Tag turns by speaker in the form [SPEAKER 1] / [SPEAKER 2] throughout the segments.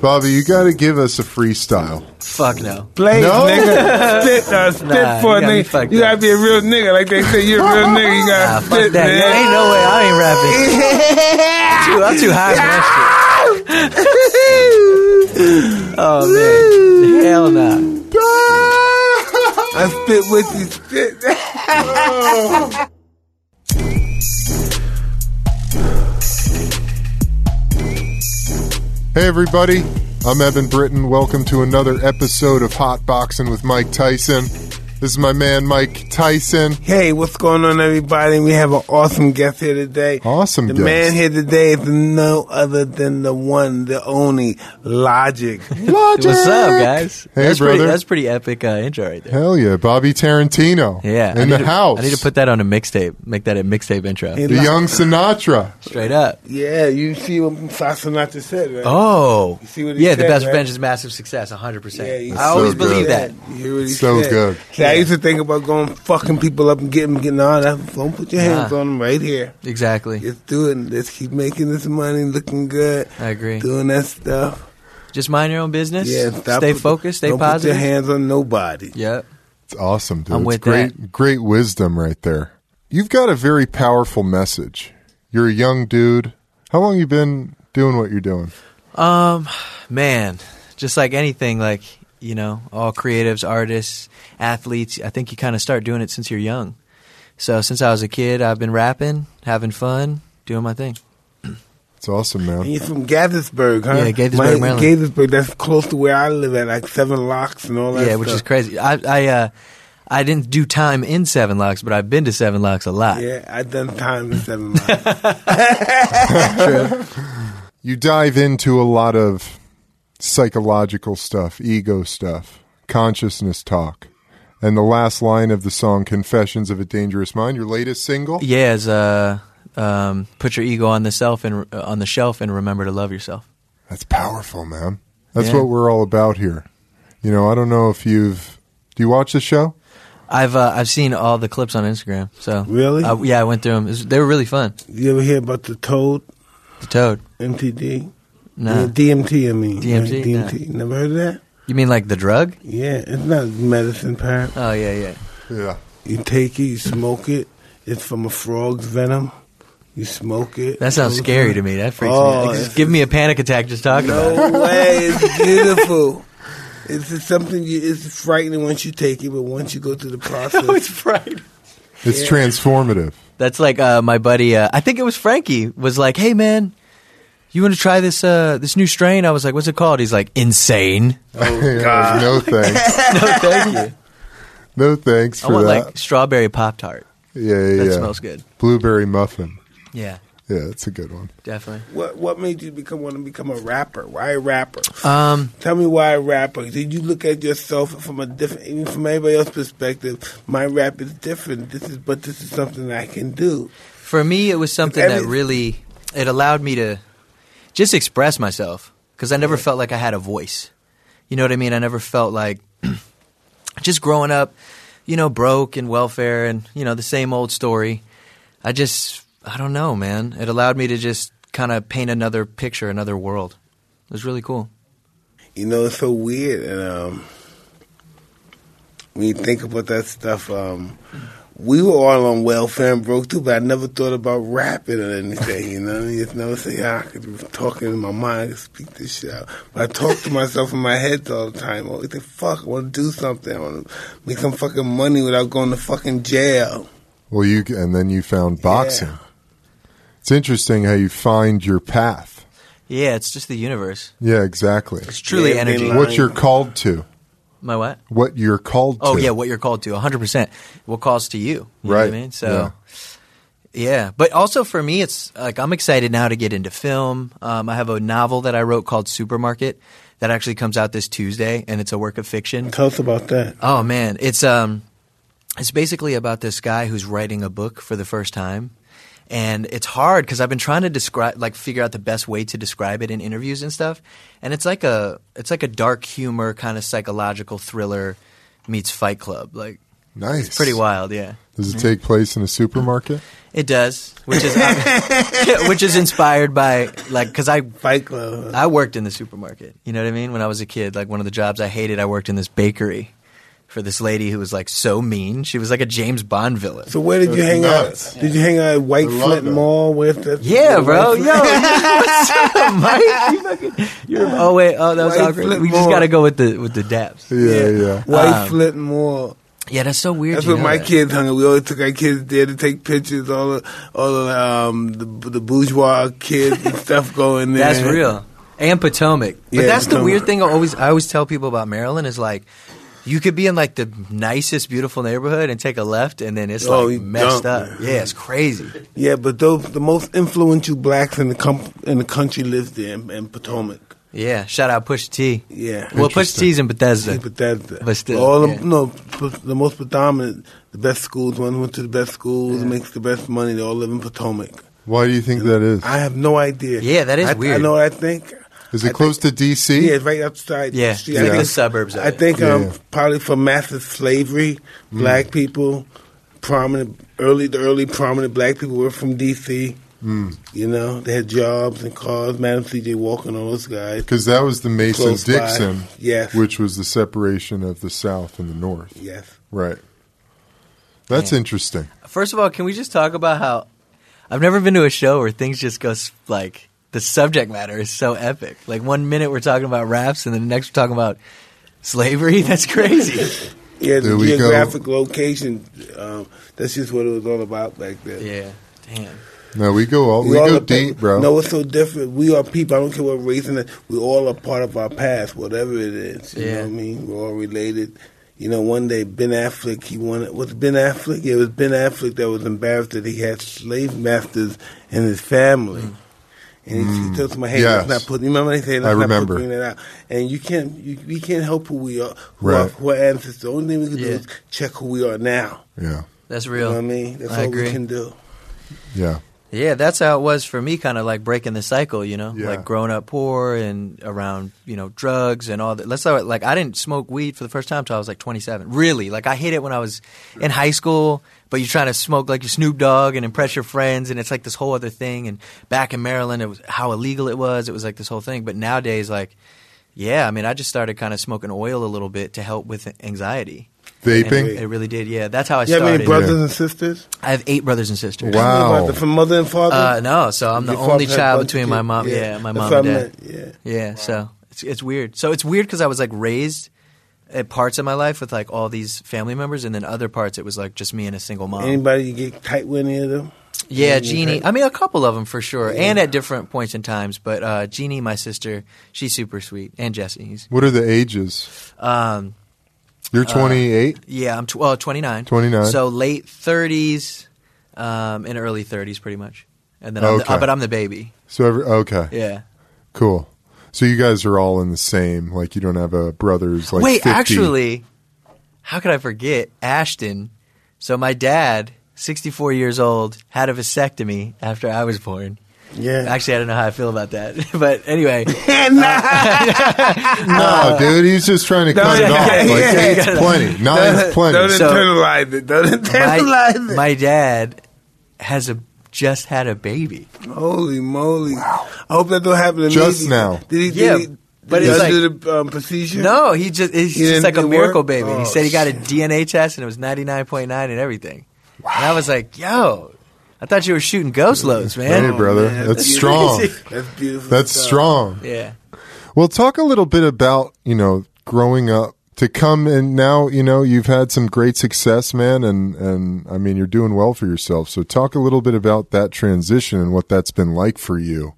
[SPEAKER 1] Bobby, you got to give us a freestyle.
[SPEAKER 2] Fuck no.
[SPEAKER 3] Blaze,
[SPEAKER 1] No?
[SPEAKER 3] nigga. Spit, uh, spit
[SPEAKER 2] Nah,
[SPEAKER 3] for
[SPEAKER 2] you
[SPEAKER 3] a
[SPEAKER 2] gotta be
[SPEAKER 3] nigga.
[SPEAKER 2] fucked
[SPEAKER 3] You gotta
[SPEAKER 2] up.
[SPEAKER 3] be a real nigga. Like they say, you're a real nigga. You gotta
[SPEAKER 2] Nah, fuck
[SPEAKER 3] spit,
[SPEAKER 2] that.
[SPEAKER 3] man.
[SPEAKER 2] Ain't no way. I ain't rapping. Dude, I'm too high for that shit. Oh man. Hell no.
[SPEAKER 3] I spit with you. Spit.
[SPEAKER 1] Hey, everybody. I'm Evan Britton. Welcome to another episode of Hot Boxing with Mike Tyson. This is my man, Mike Tyson.
[SPEAKER 3] Hey, what's going on, everybody? We have an awesome guest here today.
[SPEAKER 1] Awesome
[SPEAKER 3] The
[SPEAKER 1] guest.
[SPEAKER 3] man here today is no other than the one, the only Logic.
[SPEAKER 1] Logic.
[SPEAKER 2] What's up, guys?
[SPEAKER 1] Hey,
[SPEAKER 2] that's
[SPEAKER 1] brother.
[SPEAKER 2] Pretty, that's pretty epic uh, intro right there.
[SPEAKER 1] Hell yeah, Bobby Tarantino.
[SPEAKER 2] Yeah, I
[SPEAKER 1] in the
[SPEAKER 2] need to-
[SPEAKER 1] house.
[SPEAKER 2] I need to put that on a mixtape. Make that a mixtape intro.
[SPEAKER 3] Hey,
[SPEAKER 1] the young Sinatra.
[SPEAKER 2] Straight up.
[SPEAKER 3] yeah, you see what Sasanata said, right?
[SPEAKER 2] Oh,
[SPEAKER 3] You see what he
[SPEAKER 2] yeah. the
[SPEAKER 3] said,
[SPEAKER 2] best
[SPEAKER 3] right?
[SPEAKER 2] revenge is massive success. hundred percent.
[SPEAKER 3] you
[SPEAKER 2] I always
[SPEAKER 1] so
[SPEAKER 2] believe
[SPEAKER 1] good.
[SPEAKER 2] that.
[SPEAKER 3] You hear what he
[SPEAKER 1] So
[SPEAKER 3] said?
[SPEAKER 1] good.
[SPEAKER 3] See, I used to think about going fucking people up and getting getting all that. Don't put your hands
[SPEAKER 2] Nah.
[SPEAKER 3] on them right here.
[SPEAKER 2] Exactly.
[SPEAKER 3] Just do it. Let's keep making this money, looking good,
[SPEAKER 2] I agree.
[SPEAKER 3] doing that stuff.
[SPEAKER 2] Just mind your own business.
[SPEAKER 3] Yeah, stop
[SPEAKER 2] stay
[SPEAKER 3] put-
[SPEAKER 2] focused. Stay
[SPEAKER 3] don't
[SPEAKER 2] positive.
[SPEAKER 3] Put your hands on nobody.
[SPEAKER 2] Yep.
[SPEAKER 1] It's awesome, dude.
[SPEAKER 2] I'm
[SPEAKER 1] It's
[SPEAKER 2] with
[SPEAKER 1] great, great wisdom right there. You've got a very powerful message. You're a young dude. How long you been doing what you're doing?
[SPEAKER 2] Um, man, just like anything, like you know, all creatives, artists, athletes. I think you kind of start doing it since you're young. So since I was a kid, I've been rapping, having fun, doing my thing.
[SPEAKER 1] It's awesome,
[SPEAKER 3] And
[SPEAKER 1] man.
[SPEAKER 3] you're from Gaithersburg, huh?
[SPEAKER 2] Yeah, Gaithersburg,
[SPEAKER 3] My-
[SPEAKER 2] Maryland.
[SPEAKER 3] Gaithersburg, that's close to where I live at, like Seven Locks and all that.
[SPEAKER 2] yeah, which
[SPEAKER 3] stuff.
[SPEAKER 2] is crazy. I I uh, I didn't do time in Seven Locks, but I've been to Seven Locks a lot.
[SPEAKER 3] Yeah, I done time in Seven Locks.
[SPEAKER 1] You dive into a lot of psychological stuff, ego stuff, consciousness talk. And the last line of the song Confessions of a Dangerous Mind, your latest single?
[SPEAKER 2] Yeah, as uh, um, put your ego on the self and uh, on the shelf and remember to love yourself.
[SPEAKER 1] That's powerful, man. That's
[SPEAKER 2] Yeah.
[SPEAKER 1] what we're all about here. You know, I don't know if you've Do you watch the show?
[SPEAKER 2] I've uh, I've seen all the clips on Instagram. So
[SPEAKER 3] Really?
[SPEAKER 2] I, yeah, I went through them. they were really fun.
[SPEAKER 3] you ever hear about the Toad
[SPEAKER 2] The Toad,
[SPEAKER 3] MTD?
[SPEAKER 2] no,
[SPEAKER 3] Yeah, DMT, I mean.
[SPEAKER 2] DMT,
[SPEAKER 3] Yeah, DMT. Never heard of that?
[SPEAKER 2] you mean like the drug?
[SPEAKER 3] Yeah, it's not medicine, Pat.
[SPEAKER 2] Oh yeah, yeah.
[SPEAKER 1] Yeah.
[SPEAKER 3] You take it, you smoke it. It's from a frog's venom. You smoke it.
[SPEAKER 2] That sounds scary to me. That freaks
[SPEAKER 3] Oh,
[SPEAKER 2] me. out.
[SPEAKER 3] it's-
[SPEAKER 2] Just give me a panic attack just talking about it.
[SPEAKER 3] No way. It's beautiful. It's just something you, it's frightening once you take it, but once you go through the process,
[SPEAKER 2] Oh, it's fright.
[SPEAKER 1] It's transformative.
[SPEAKER 2] That's like uh, my buddy. Uh, I think it was Frankie was like, "Hey man, you want to try this uh, this new strain?" I was like, "What's it called?" He's like, "Insane."
[SPEAKER 1] Yeah, no thanks.
[SPEAKER 2] no, thank you.
[SPEAKER 1] No thanks
[SPEAKER 2] I
[SPEAKER 1] for
[SPEAKER 2] want
[SPEAKER 1] that.
[SPEAKER 2] like strawberry pop tart.
[SPEAKER 1] yeah, yeah,
[SPEAKER 2] That
[SPEAKER 1] yeah.
[SPEAKER 2] smells good.
[SPEAKER 1] Blueberry muffin.
[SPEAKER 2] Yeah,
[SPEAKER 1] Yeah, that's a good one.
[SPEAKER 2] definitely.
[SPEAKER 3] what what made you become want to become a rapper? Why a rapper?
[SPEAKER 2] Um,
[SPEAKER 3] Tell me why a rapper? Did you look at yourself from a different, even from anybody else's perspective? My rap is different. This is, but this is something I can do.
[SPEAKER 2] for me, it was something
[SPEAKER 3] Every-
[SPEAKER 2] that really it allowed me to just express myself because I never felt like I had a voice. You know what I mean? I never felt like just growing up, you know, broke and welfare and you know the same old story. I just I don't know, man. It allowed me to just kind of paint another picture, another world. It was really cool.
[SPEAKER 3] You know, it's so weird. And um, when you think about that stuff, um, we were all on welfare and broke too, but I never thought about rapping or anything. You know, you just never say, ah, I could be talking in my mind, I could speak this shit out. But I talk to myself in my head all the time. I always think, fuck, I want to do something. I want to make some fucking money without going to fucking jail.
[SPEAKER 1] Well, you and then you found boxing.
[SPEAKER 3] Yeah.
[SPEAKER 1] It's interesting how you find your path.
[SPEAKER 2] Yeah, it's just the universe.
[SPEAKER 1] Yeah, exactly.
[SPEAKER 2] It's truly
[SPEAKER 3] Yeah, I mean,
[SPEAKER 2] energy.
[SPEAKER 3] like-
[SPEAKER 1] What you're called to.
[SPEAKER 2] My what?
[SPEAKER 1] What you're called
[SPEAKER 2] Oh
[SPEAKER 1] to.
[SPEAKER 2] yeah, what you're called to, 100. percent What calls to you, you Know
[SPEAKER 1] Right.
[SPEAKER 2] what I mean, so yeah. but also for me, it's like I'm excited now to get into film. Um, I have a novel that I wrote called Supermarket that actually comes out this Tuesday, and it's a work of fiction.
[SPEAKER 3] Tell us about that.
[SPEAKER 2] Oh man, it's um, it's basically about this guy who's writing a book for the first time, and it's hard because I've been trying to describe, like, figure out the best way to describe it in interviews and stuff. And it's like a, it's like a dark humor kind of psychological thriller meets Fight Club, like.
[SPEAKER 1] Nice.
[SPEAKER 2] It's pretty wild, yeah.
[SPEAKER 1] Does it
[SPEAKER 3] Mm-hmm.
[SPEAKER 1] take place in a supermarket?
[SPEAKER 2] It does, which is which is inspired by like because I
[SPEAKER 3] Fight Club.
[SPEAKER 2] I worked in the supermarket. You know what I mean? When I was a kid, like one of the jobs I hated, I worked in this bakery for this lady who was like so mean. She was like a James Bond villain.
[SPEAKER 3] So where did you
[SPEAKER 1] That's
[SPEAKER 3] hang
[SPEAKER 1] nuts.
[SPEAKER 3] out? Did you hang out at White
[SPEAKER 1] I love
[SPEAKER 3] Flint
[SPEAKER 1] that.
[SPEAKER 3] Mall with the
[SPEAKER 2] yeah,
[SPEAKER 3] with
[SPEAKER 2] bro.
[SPEAKER 3] White
[SPEAKER 2] Yo, what's up, Mike? You fucking, you're, oh wait, oh that was
[SPEAKER 3] Why you
[SPEAKER 2] awkward.
[SPEAKER 3] flip
[SPEAKER 2] We just
[SPEAKER 3] more?
[SPEAKER 2] got to go with the with the daps.
[SPEAKER 1] Yeah,
[SPEAKER 3] Flint-
[SPEAKER 1] yeah.
[SPEAKER 3] White
[SPEAKER 2] Um,
[SPEAKER 3] Flint Mall.
[SPEAKER 2] Yeah, that's so weird.
[SPEAKER 3] That's
[SPEAKER 2] you
[SPEAKER 3] where
[SPEAKER 2] know
[SPEAKER 3] my
[SPEAKER 2] that.
[SPEAKER 3] kids hung. out. We always took our kids there to take pictures. All the, all the, um, the, the bourgeois kids and stuff going there.
[SPEAKER 2] That's real. And Potomac. But
[SPEAKER 3] Yeah,
[SPEAKER 2] that's the
[SPEAKER 3] Potomac.
[SPEAKER 2] weird thing I always I always tell people about Maryland is like you could be in like the nicest beautiful neighborhood and take a left and then it's
[SPEAKER 3] Oh,
[SPEAKER 2] like
[SPEAKER 3] you
[SPEAKER 2] messed
[SPEAKER 3] dump.
[SPEAKER 2] up. Yeah, it's crazy.
[SPEAKER 3] Yeah, but those the most influential blacks in the com- in the country lives there in, in Potomac.
[SPEAKER 2] Yeah, shout out Push T.
[SPEAKER 3] Yeah,
[SPEAKER 2] Well, Push
[SPEAKER 1] Interesting.
[SPEAKER 2] T's in Bethesda.
[SPEAKER 3] Bethesda.
[SPEAKER 2] But still,
[SPEAKER 3] all the,
[SPEAKER 2] yeah.
[SPEAKER 3] no, p- the most predominant, the best schools, one went to the best schools, makes the best money. They all live in Potomac.
[SPEAKER 1] Why do you think that is?
[SPEAKER 3] I have no idea.
[SPEAKER 2] Yeah, that is
[SPEAKER 3] I, I
[SPEAKER 2] weird.
[SPEAKER 3] know. what I think.
[SPEAKER 1] Is
[SPEAKER 3] I
[SPEAKER 1] it
[SPEAKER 3] think-
[SPEAKER 1] close to D.C.?
[SPEAKER 3] Yeah, it's right outside. the
[SPEAKER 2] Yeah, it's
[SPEAKER 3] street.
[SPEAKER 2] like
[SPEAKER 3] I
[SPEAKER 1] the
[SPEAKER 3] think-
[SPEAKER 2] suburbs of
[SPEAKER 3] I
[SPEAKER 2] it.
[SPEAKER 3] think um,
[SPEAKER 1] Yeah. Mm.
[SPEAKER 3] probably for massive slavery, black people, prominent early the early prominent black people were from D.C. Mm. You know, they had jobs and cars. Madam C.J. Walker and all those guys.
[SPEAKER 1] Because that was the Mason
[SPEAKER 3] Close by.
[SPEAKER 1] Dixon,
[SPEAKER 3] Yes.
[SPEAKER 1] which was the separation of the South and the North.
[SPEAKER 3] Yes.
[SPEAKER 1] Right. That's
[SPEAKER 2] Yeah.
[SPEAKER 1] interesting.
[SPEAKER 2] First of all, can we just talk about how I've never been to a show where things just go s- like the subject matter is so epic. Like one minute we're talking about raps and then the next we're talking about slavery. That's crazy.
[SPEAKER 3] Yeah, the
[SPEAKER 1] There we go.
[SPEAKER 3] geographic location. Um, that's just what it was all about back then.
[SPEAKER 2] yeah. Damn.
[SPEAKER 1] No, we go all, we, go
[SPEAKER 3] are pa-
[SPEAKER 1] deep, bro.
[SPEAKER 3] No, it's so different. We are people. I don't care what race and we all are part of our past, whatever it is. You know
[SPEAKER 2] Yeah.
[SPEAKER 3] what I mean? We're all related. You know, one day Ben Affleck, he wanted was it Ben Affleck. Yeah, it was Ben Affleck that was embarrassed that he had slave masters in his family.
[SPEAKER 2] Mm.
[SPEAKER 3] And he, he told somebody, "Hey,
[SPEAKER 1] Mm. Yes.
[SPEAKER 3] let's not put." You remember they say, "Let's
[SPEAKER 1] I
[SPEAKER 3] not put-
[SPEAKER 1] remember.
[SPEAKER 3] bring that out." And you can't, you, we can't help who we are, who
[SPEAKER 1] Right.
[SPEAKER 3] our, who our ancestors. The only thing we can do
[SPEAKER 2] Yeah.
[SPEAKER 3] is check who we are now.
[SPEAKER 1] yeah,
[SPEAKER 2] That's
[SPEAKER 3] You
[SPEAKER 2] real.
[SPEAKER 3] know what I mean? That's
[SPEAKER 2] I
[SPEAKER 3] all
[SPEAKER 2] agree.
[SPEAKER 3] we can do.
[SPEAKER 1] yeah.
[SPEAKER 2] Yeah, that's how it was for me, kind of like breaking the cycle, you know,
[SPEAKER 1] Yeah.
[SPEAKER 2] like growing up poor and around, you know, drugs and all that. Let's how it, like I didn't smoke weed for the first time until I was like 27. Really, like I hit it when I was in high school, but you're trying to smoke like your Snoop Dogg and impress your friends, and it's like this whole other thing. And back in Maryland, it was how illegal it was. It was like this whole thing. But nowadays, like, yeah, I mean, I just started kind of smoking oil a little bit to help with anxiety. And
[SPEAKER 1] Vaping.
[SPEAKER 2] it, it really did. Yeah, that's how I
[SPEAKER 3] You have
[SPEAKER 2] started.
[SPEAKER 3] any brothers and sisters?
[SPEAKER 2] I have eight brothers and sisters.
[SPEAKER 1] Wow.
[SPEAKER 3] Tell me about that. From mother and father?
[SPEAKER 2] Uh, no, so I'm the
[SPEAKER 3] Your father
[SPEAKER 2] only
[SPEAKER 3] had
[SPEAKER 2] child
[SPEAKER 3] both
[SPEAKER 2] between
[SPEAKER 3] kids?
[SPEAKER 2] my mom. Yeah, my mom
[SPEAKER 3] That's what
[SPEAKER 2] and
[SPEAKER 3] I
[SPEAKER 2] dad.
[SPEAKER 3] meant, Yeah.
[SPEAKER 2] Yeah, so it's it's weird. So it's weird because I was like raised at parts of my life with like all these family members, and then other parts it was like just me and a single mom.
[SPEAKER 3] Anybody you get tight with any of them?
[SPEAKER 2] yeah,
[SPEAKER 3] Anybody
[SPEAKER 2] Jeannie.
[SPEAKER 3] tight?
[SPEAKER 2] I mean, a couple of them for sure,
[SPEAKER 3] Yeah.
[SPEAKER 2] and at different points in times. But uh, Jeannie, my sister, she's super sweet, and Jesse. He's,
[SPEAKER 1] What are the ages?
[SPEAKER 2] um,
[SPEAKER 1] You're
[SPEAKER 3] Uh,
[SPEAKER 1] 28.
[SPEAKER 2] yeah, I'm tw- well, 29.
[SPEAKER 1] 29.
[SPEAKER 2] So late 30s um, and early 30s, pretty much. And then, I'm the,
[SPEAKER 1] Okay.
[SPEAKER 2] uh, but I'm the baby.
[SPEAKER 1] so every, okay,
[SPEAKER 2] Yeah.
[SPEAKER 1] cool. So you guys are all in the same. Like you don't have a brothers. Like
[SPEAKER 2] Wait,
[SPEAKER 1] 50.
[SPEAKER 2] actually, how could I forget Ashton? So my dad, 64 years old, had a vasectomy after I was born.
[SPEAKER 3] Yeah.
[SPEAKER 2] Actually, I don't know how I feel about that, but anyway,
[SPEAKER 1] no, dude. He's just trying to cut it
[SPEAKER 3] uh, yeah,
[SPEAKER 1] off. Like
[SPEAKER 3] yeah,
[SPEAKER 1] eight's
[SPEAKER 2] yeah.
[SPEAKER 1] plenty.
[SPEAKER 3] Don't,
[SPEAKER 1] Nine's
[SPEAKER 3] don't
[SPEAKER 1] plenty.
[SPEAKER 2] Uh, So-
[SPEAKER 3] internalize it. Don't internalize
[SPEAKER 2] my,
[SPEAKER 3] it.
[SPEAKER 2] my dad has a just had a baby.
[SPEAKER 3] Holy moly. I hope that don't happen to me.
[SPEAKER 1] Just now.
[SPEAKER 3] Did he, did
[SPEAKER 2] Yeah,
[SPEAKER 3] he,
[SPEAKER 2] but
[SPEAKER 3] did
[SPEAKER 2] it's
[SPEAKER 3] he do the um, procedure?
[SPEAKER 2] No, he just it's
[SPEAKER 3] He
[SPEAKER 2] just
[SPEAKER 3] didn't
[SPEAKER 2] like a
[SPEAKER 3] do
[SPEAKER 2] miracle
[SPEAKER 3] work?
[SPEAKER 2] baby.
[SPEAKER 3] Oh,
[SPEAKER 2] he said he got a DNA test and it was 99.9 and everything. And I was like, "Yo, I thought you were shooting ghost loads,
[SPEAKER 1] Hey,
[SPEAKER 2] man."
[SPEAKER 1] brother,
[SPEAKER 3] man,
[SPEAKER 1] that's
[SPEAKER 3] that's
[SPEAKER 1] strong.
[SPEAKER 3] That's beautiful.
[SPEAKER 1] That's
[SPEAKER 3] stuff.
[SPEAKER 1] strong.
[SPEAKER 2] Yeah.
[SPEAKER 1] Well, talk a little bit about, you know, growing up to come and now, you know, you've had some great success, man, and and I mean, you're doing well for yourself. So talk a little bit about that transition and what that's been like for you.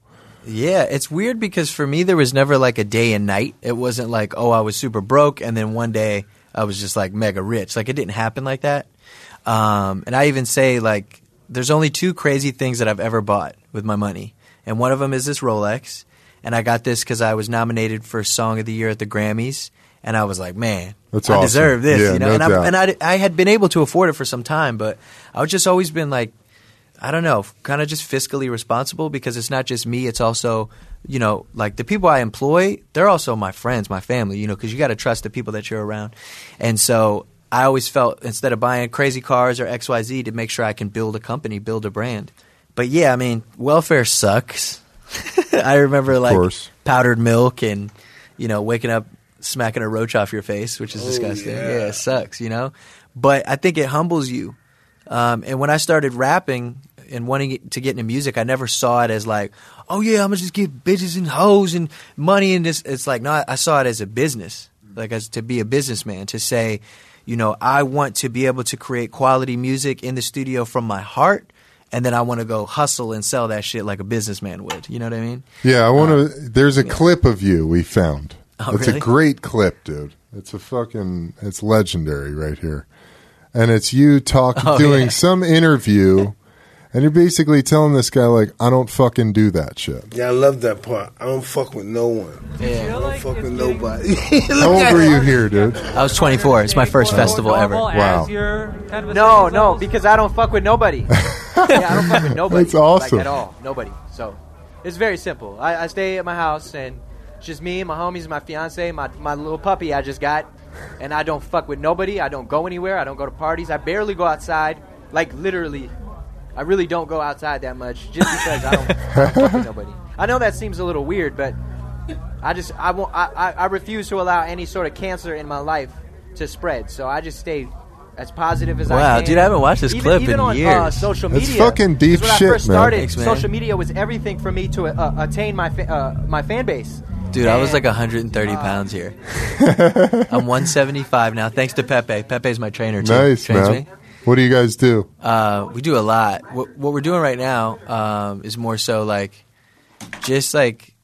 [SPEAKER 2] Yeah, it's weird because for me there was never like a day and night. It wasn't like, oh, I was super broke and then one day I was just like mega rich. Like it didn't happen like that. Um, and I even say like there's only two crazy things that I've ever bought with my money. And one of them is this Rolex, and I got this cuz I was nominated for song of the year at the Grammys and I was like, man,
[SPEAKER 1] That's
[SPEAKER 2] I
[SPEAKER 1] awesome.
[SPEAKER 2] deserve this,
[SPEAKER 1] Yeah,
[SPEAKER 2] you know.
[SPEAKER 1] no
[SPEAKER 2] and
[SPEAKER 1] doubt.
[SPEAKER 2] I, and I I had been able to afford it for some time, but I've just always been like I don't know, kind of just fiscally responsible because it's not just me. It's also, you know, like the people I employ, they're also my friends, my family, you know, because you got to trust the people that you're around. And so
[SPEAKER 4] I always felt instead of buying crazy cars or XYZ to make sure I can build a company, build a brand. But yeah, I mean, welfare sucks. I remember like
[SPEAKER 1] course.
[SPEAKER 4] powdered milk and you know, waking up smacking a roach off your face, which is disgusting.
[SPEAKER 3] yeah.
[SPEAKER 4] yeah, it sucks, you know. But I think it humbles you. Um, and when I started rapping and wanting to get into music, I never saw it as like, oh yeah, I'm gonna just get bitches and hoes and money and this. It's like no, I- I saw it as a business, like as to be a businessman, to say, you know, I want to be able to create quality music in the studio from my heart, and then I want to go hustle and sell that shit like a businessman would. You know what I mean?
[SPEAKER 2] Uh,
[SPEAKER 1] Yeah, I want to. there's a clip of you we found.
[SPEAKER 4] Oh,
[SPEAKER 1] That's a
[SPEAKER 4] really?
[SPEAKER 1] great clip, dude. It's a fucking. It's legendary right here, and it's you talking,
[SPEAKER 4] Oh,
[SPEAKER 1] doing
[SPEAKER 4] yeah.
[SPEAKER 1] some interview, and you're basically telling this guy like, "I don't fucking do that shit."
[SPEAKER 3] Yeah, I love that part. I don't fuck with no one. I
[SPEAKER 4] Yeah.
[SPEAKER 3] don't fuck with nobody.
[SPEAKER 1] How old were you here, dude?
[SPEAKER 4] I was 24. It's my first festival ever.
[SPEAKER 1] Wow.
[SPEAKER 4] No, no, because I don't fuck with nobody. yeah, I don't fuck with nobody.
[SPEAKER 1] That's awesome.
[SPEAKER 4] Like, at all. Nobody. So it's very simple. I, I stay at my house and it's just me, my homies, my fiance, my, my little puppy I just got. And I don't fuck with nobody. I don't go anywhere. I don't go to parties. I barely go outside. Like, literally. I really don't go outside that much just because I don't, I don't fuck with nobody. I know that seems a little weird, but I just I won't I, I, I refuse to allow any sort of cancer in my life to spread. So I just stay as positive as I
[SPEAKER 2] Wow,
[SPEAKER 4] can.
[SPEAKER 2] dude, I haven't watched this
[SPEAKER 4] even,
[SPEAKER 2] clip
[SPEAKER 4] even
[SPEAKER 2] in
[SPEAKER 4] on, Uh,
[SPEAKER 2] years.
[SPEAKER 4] social
[SPEAKER 1] That's
[SPEAKER 4] media.
[SPEAKER 1] fucking
[SPEAKER 4] 'Cause
[SPEAKER 1] deep
[SPEAKER 4] when
[SPEAKER 1] shit,
[SPEAKER 4] I first
[SPEAKER 1] man.
[SPEAKER 4] started,
[SPEAKER 2] Thanks, man.
[SPEAKER 4] social media was everything for me to uh, attain my fa- uh, my fan base.
[SPEAKER 2] Dude, I was like
[SPEAKER 4] And-
[SPEAKER 2] 130 pounds here. I'm 175 now, thanks to Pepe. Pepe's my trainer too.
[SPEAKER 1] Nice,
[SPEAKER 2] Trains
[SPEAKER 1] man.
[SPEAKER 2] me.
[SPEAKER 1] What do you guys do?
[SPEAKER 2] Uh, we do a lot. What, what we're doing right now um, is more so like just like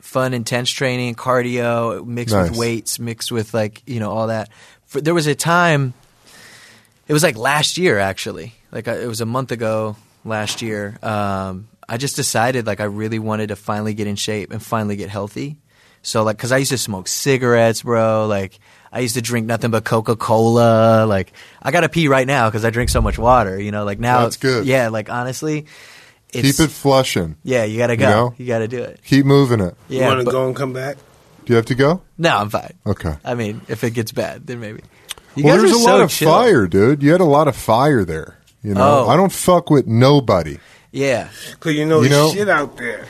[SPEAKER 2] fun, intense training, cardio mixed
[SPEAKER 1] Nice.
[SPEAKER 2] with weights, mixed with like you know all that. For, there was a time. It was like last year, actually. Like I, it was a month ago last year. Um, I just decided like I really wanted to finally get in shape and finally get healthy. So like, cause I used to smoke cigarettes, bro. Like I used to drink nothing but Coca Cola. Like I gotta pee right now because I drink so much water. You know, like now
[SPEAKER 1] That's good.
[SPEAKER 2] Yeah, like honestly, it's,
[SPEAKER 1] Keep it flushing.
[SPEAKER 2] Yeah, you gotta go. You,
[SPEAKER 1] know?
[SPEAKER 2] gotta do it.
[SPEAKER 1] Keep moving it.
[SPEAKER 2] Yeah,
[SPEAKER 3] you want to
[SPEAKER 2] but-
[SPEAKER 3] go and come back?
[SPEAKER 1] Do you have to go?
[SPEAKER 2] no, I'm fine.
[SPEAKER 1] Okay.
[SPEAKER 2] I mean, if it gets bad, then maybe. You
[SPEAKER 1] well,
[SPEAKER 2] guys
[SPEAKER 1] there's
[SPEAKER 2] are
[SPEAKER 1] a
[SPEAKER 2] so
[SPEAKER 1] lot of
[SPEAKER 2] chill.
[SPEAKER 1] fire, dude. You had a lot of fire there. You know,
[SPEAKER 2] Oh.
[SPEAKER 1] I don't fuck with nobody.
[SPEAKER 2] Yeah,
[SPEAKER 3] Because you know
[SPEAKER 1] You
[SPEAKER 3] there's
[SPEAKER 1] know-
[SPEAKER 3] shit out there.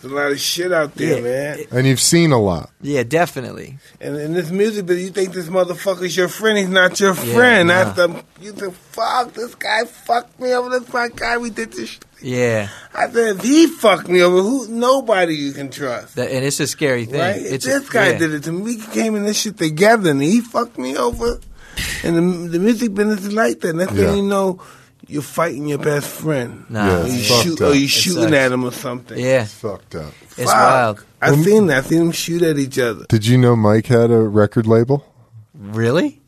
[SPEAKER 3] There's a lot of shit out there,
[SPEAKER 2] Yeah,
[SPEAKER 3] man.
[SPEAKER 1] And you've seen a lot.
[SPEAKER 2] yeah, definitely.
[SPEAKER 3] and in this music video, you think this motherfucker's your friend. He's not your friend.
[SPEAKER 2] nah.
[SPEAKER 3] After you think, fuck, this guy fucked me over. This my guy. We did this. Shit.
[SPEAKER 2] Yeah.
[SPEAKER 3] I said, if he fucked me over, who? Nobody you can trust.
[SPEAKER 2] That, and it's a scary thing.
[SPEAKER 3] Right?
[SPEAKER 2] It's
[SPEAKER 3] this
[SPEAKER 2] a,
[SPEAKER 3] guy
[SPEAKER 2] yeah.
[SPEAKER 3] did it to me. We came in this shit together, and he fucked me over. And the, the music business is like that. Next
[SPEAKER 1] Yeah.
[SPEAKER 3] thing you know, you're fighting your best friend.
[SPEAKER 2] Nah.
[SPEAKER 1] Yeah,
[SPEAKER 3] Or you
[SPEAKER 1] it's fucked up.
[SPEAKER 3] shoot, or you
[SPEAKER 1] It
[SPEAKER 3] shooting
[SPEAKER 2] sucks.
[SPEAKER 3] at him or something.
[SPEAKER 2] Yeah,
[SPEAKER 1] It's fucked up.
[SPEAKER 2] it's
[SPEAKER 3] Fuck.
[SPEAKER 2] wild.
[SPEAKER 3] I seen that. I seen them shoot at each other.
[SPEAKER 1] Did you know Mike had a record label
[SPEAKER 2] Really?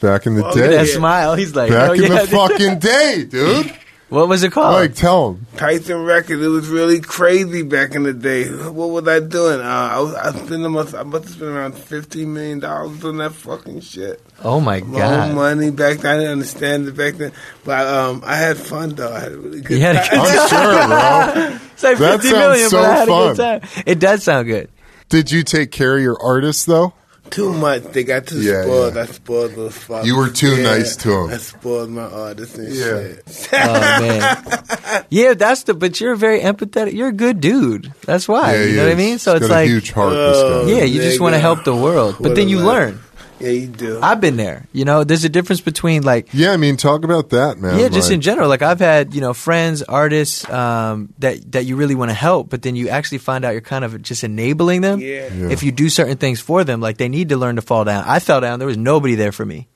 [SPEAKER 1] back in the
[SPEAKER 3] Oh,
[SPEAKER 1] day?
[SPEAKER 2] That
[SPEAKER 3] Yeah.
[SPEAKER 2] smile. He's like,
[SPEAKER 1] Back
[SPEAKER 2] oh,
[SPEAKER 1] in
[SPEAKER 2] yeah. Oh.
[SPEAKER 1] the fucking day, dude.
[SPEAKER 2] what was it called?
[SPEAKER 1] Mike, tell him.
[SPEAKER 3] Tyson record. It was really crazy back in the day. What was I doing? Uh, I was I spent almost, I must have spent around fifteen million dollars on that fucking shit.
[SPEAKER 2] oh my
[SPEAKER 3] My whole
[SPEAKER 2] god.
[SPEAKER 3] money back then. I didn't understand it back then, but um, I had fun though. I had a really good.
[SPEAKER 2] You had a
[SPEAKER 3] time.
[SPEAKER 1] I'm sure, bro.
[SPEAKER 2] It's like
[SPEAKER 1] That
[SPEAKER 2] 50
[SPEAKER 1] sounds
[SPEAKER 2] million,
[SPEAKER 1] so
[SPEAKER 2] but I had
[SPEAKER 1] fun.
[SPEAKER 2] a good time. It does sound good.
[SPEAKER 1] Did you take care of your artists though?
[SPEAKER 3] too much. They got too
[SPEAKER 1] Yeah,
[SPEAKER 3] spoiled.
[SPEAKER 1] yeah.
[SPEAKER 3] I spoiled those fuckers.
[SPEAKER 1] You were too nice to 'em.
[SPEAKER 3] I spoiled my artists and
[SPEAKER 1] Yeah.
[SPEAKER 3] shit.
[SPEAKER 2] Oh man. yeah, that's the. But you're very empathetic. You're a good dude. That's why. you
[SPEAKER 1] he
[SPEAKER 2] know what I
[SPEAKER 1] is.
[SPEAKER 2] mean? So
[SPEAKER 1] He's
[SPEAKER 2] it's
[SPEAKER 1] got a
[SPEAKER 2] like, uh,
[SPEAKER 1] huge heart.
[SPEAKER 3] Oh.
[SPEAKER 1] this guy.
[SPEAKER 2] yeah, you just
[SPEAKER 3] Nigga.
[SPEAKER 2] want to help the world,
[SPEAKER 3] What
[SPEAKER 2] but then
[SPEAKER 3] a
[SPEAKER 2] you
[SPEAKER 3] man.
[SPEAKER 2] learn.
[SPEAKER 3] Yeah, you do.
[SPEAKER 2] I've been there. You know, there's a difference between like
[SPEAKER 1] Yeah, I mean, talk about that, man.
[SPEAKER 2] yeah, just
[SPEAKER 1] Like,
[SPEAKER 2] in general. Like I've had you know friends, artists um, that that you really want to help, but then you actually find out you're kind of just enabling them.
[SPEAKER 3] Yeah.
[SPEAKER 1] Yeah.
[SPEAKER 2] If you do certain things for them, like they need to learn to fall down. I fell down. There was nobody there for me.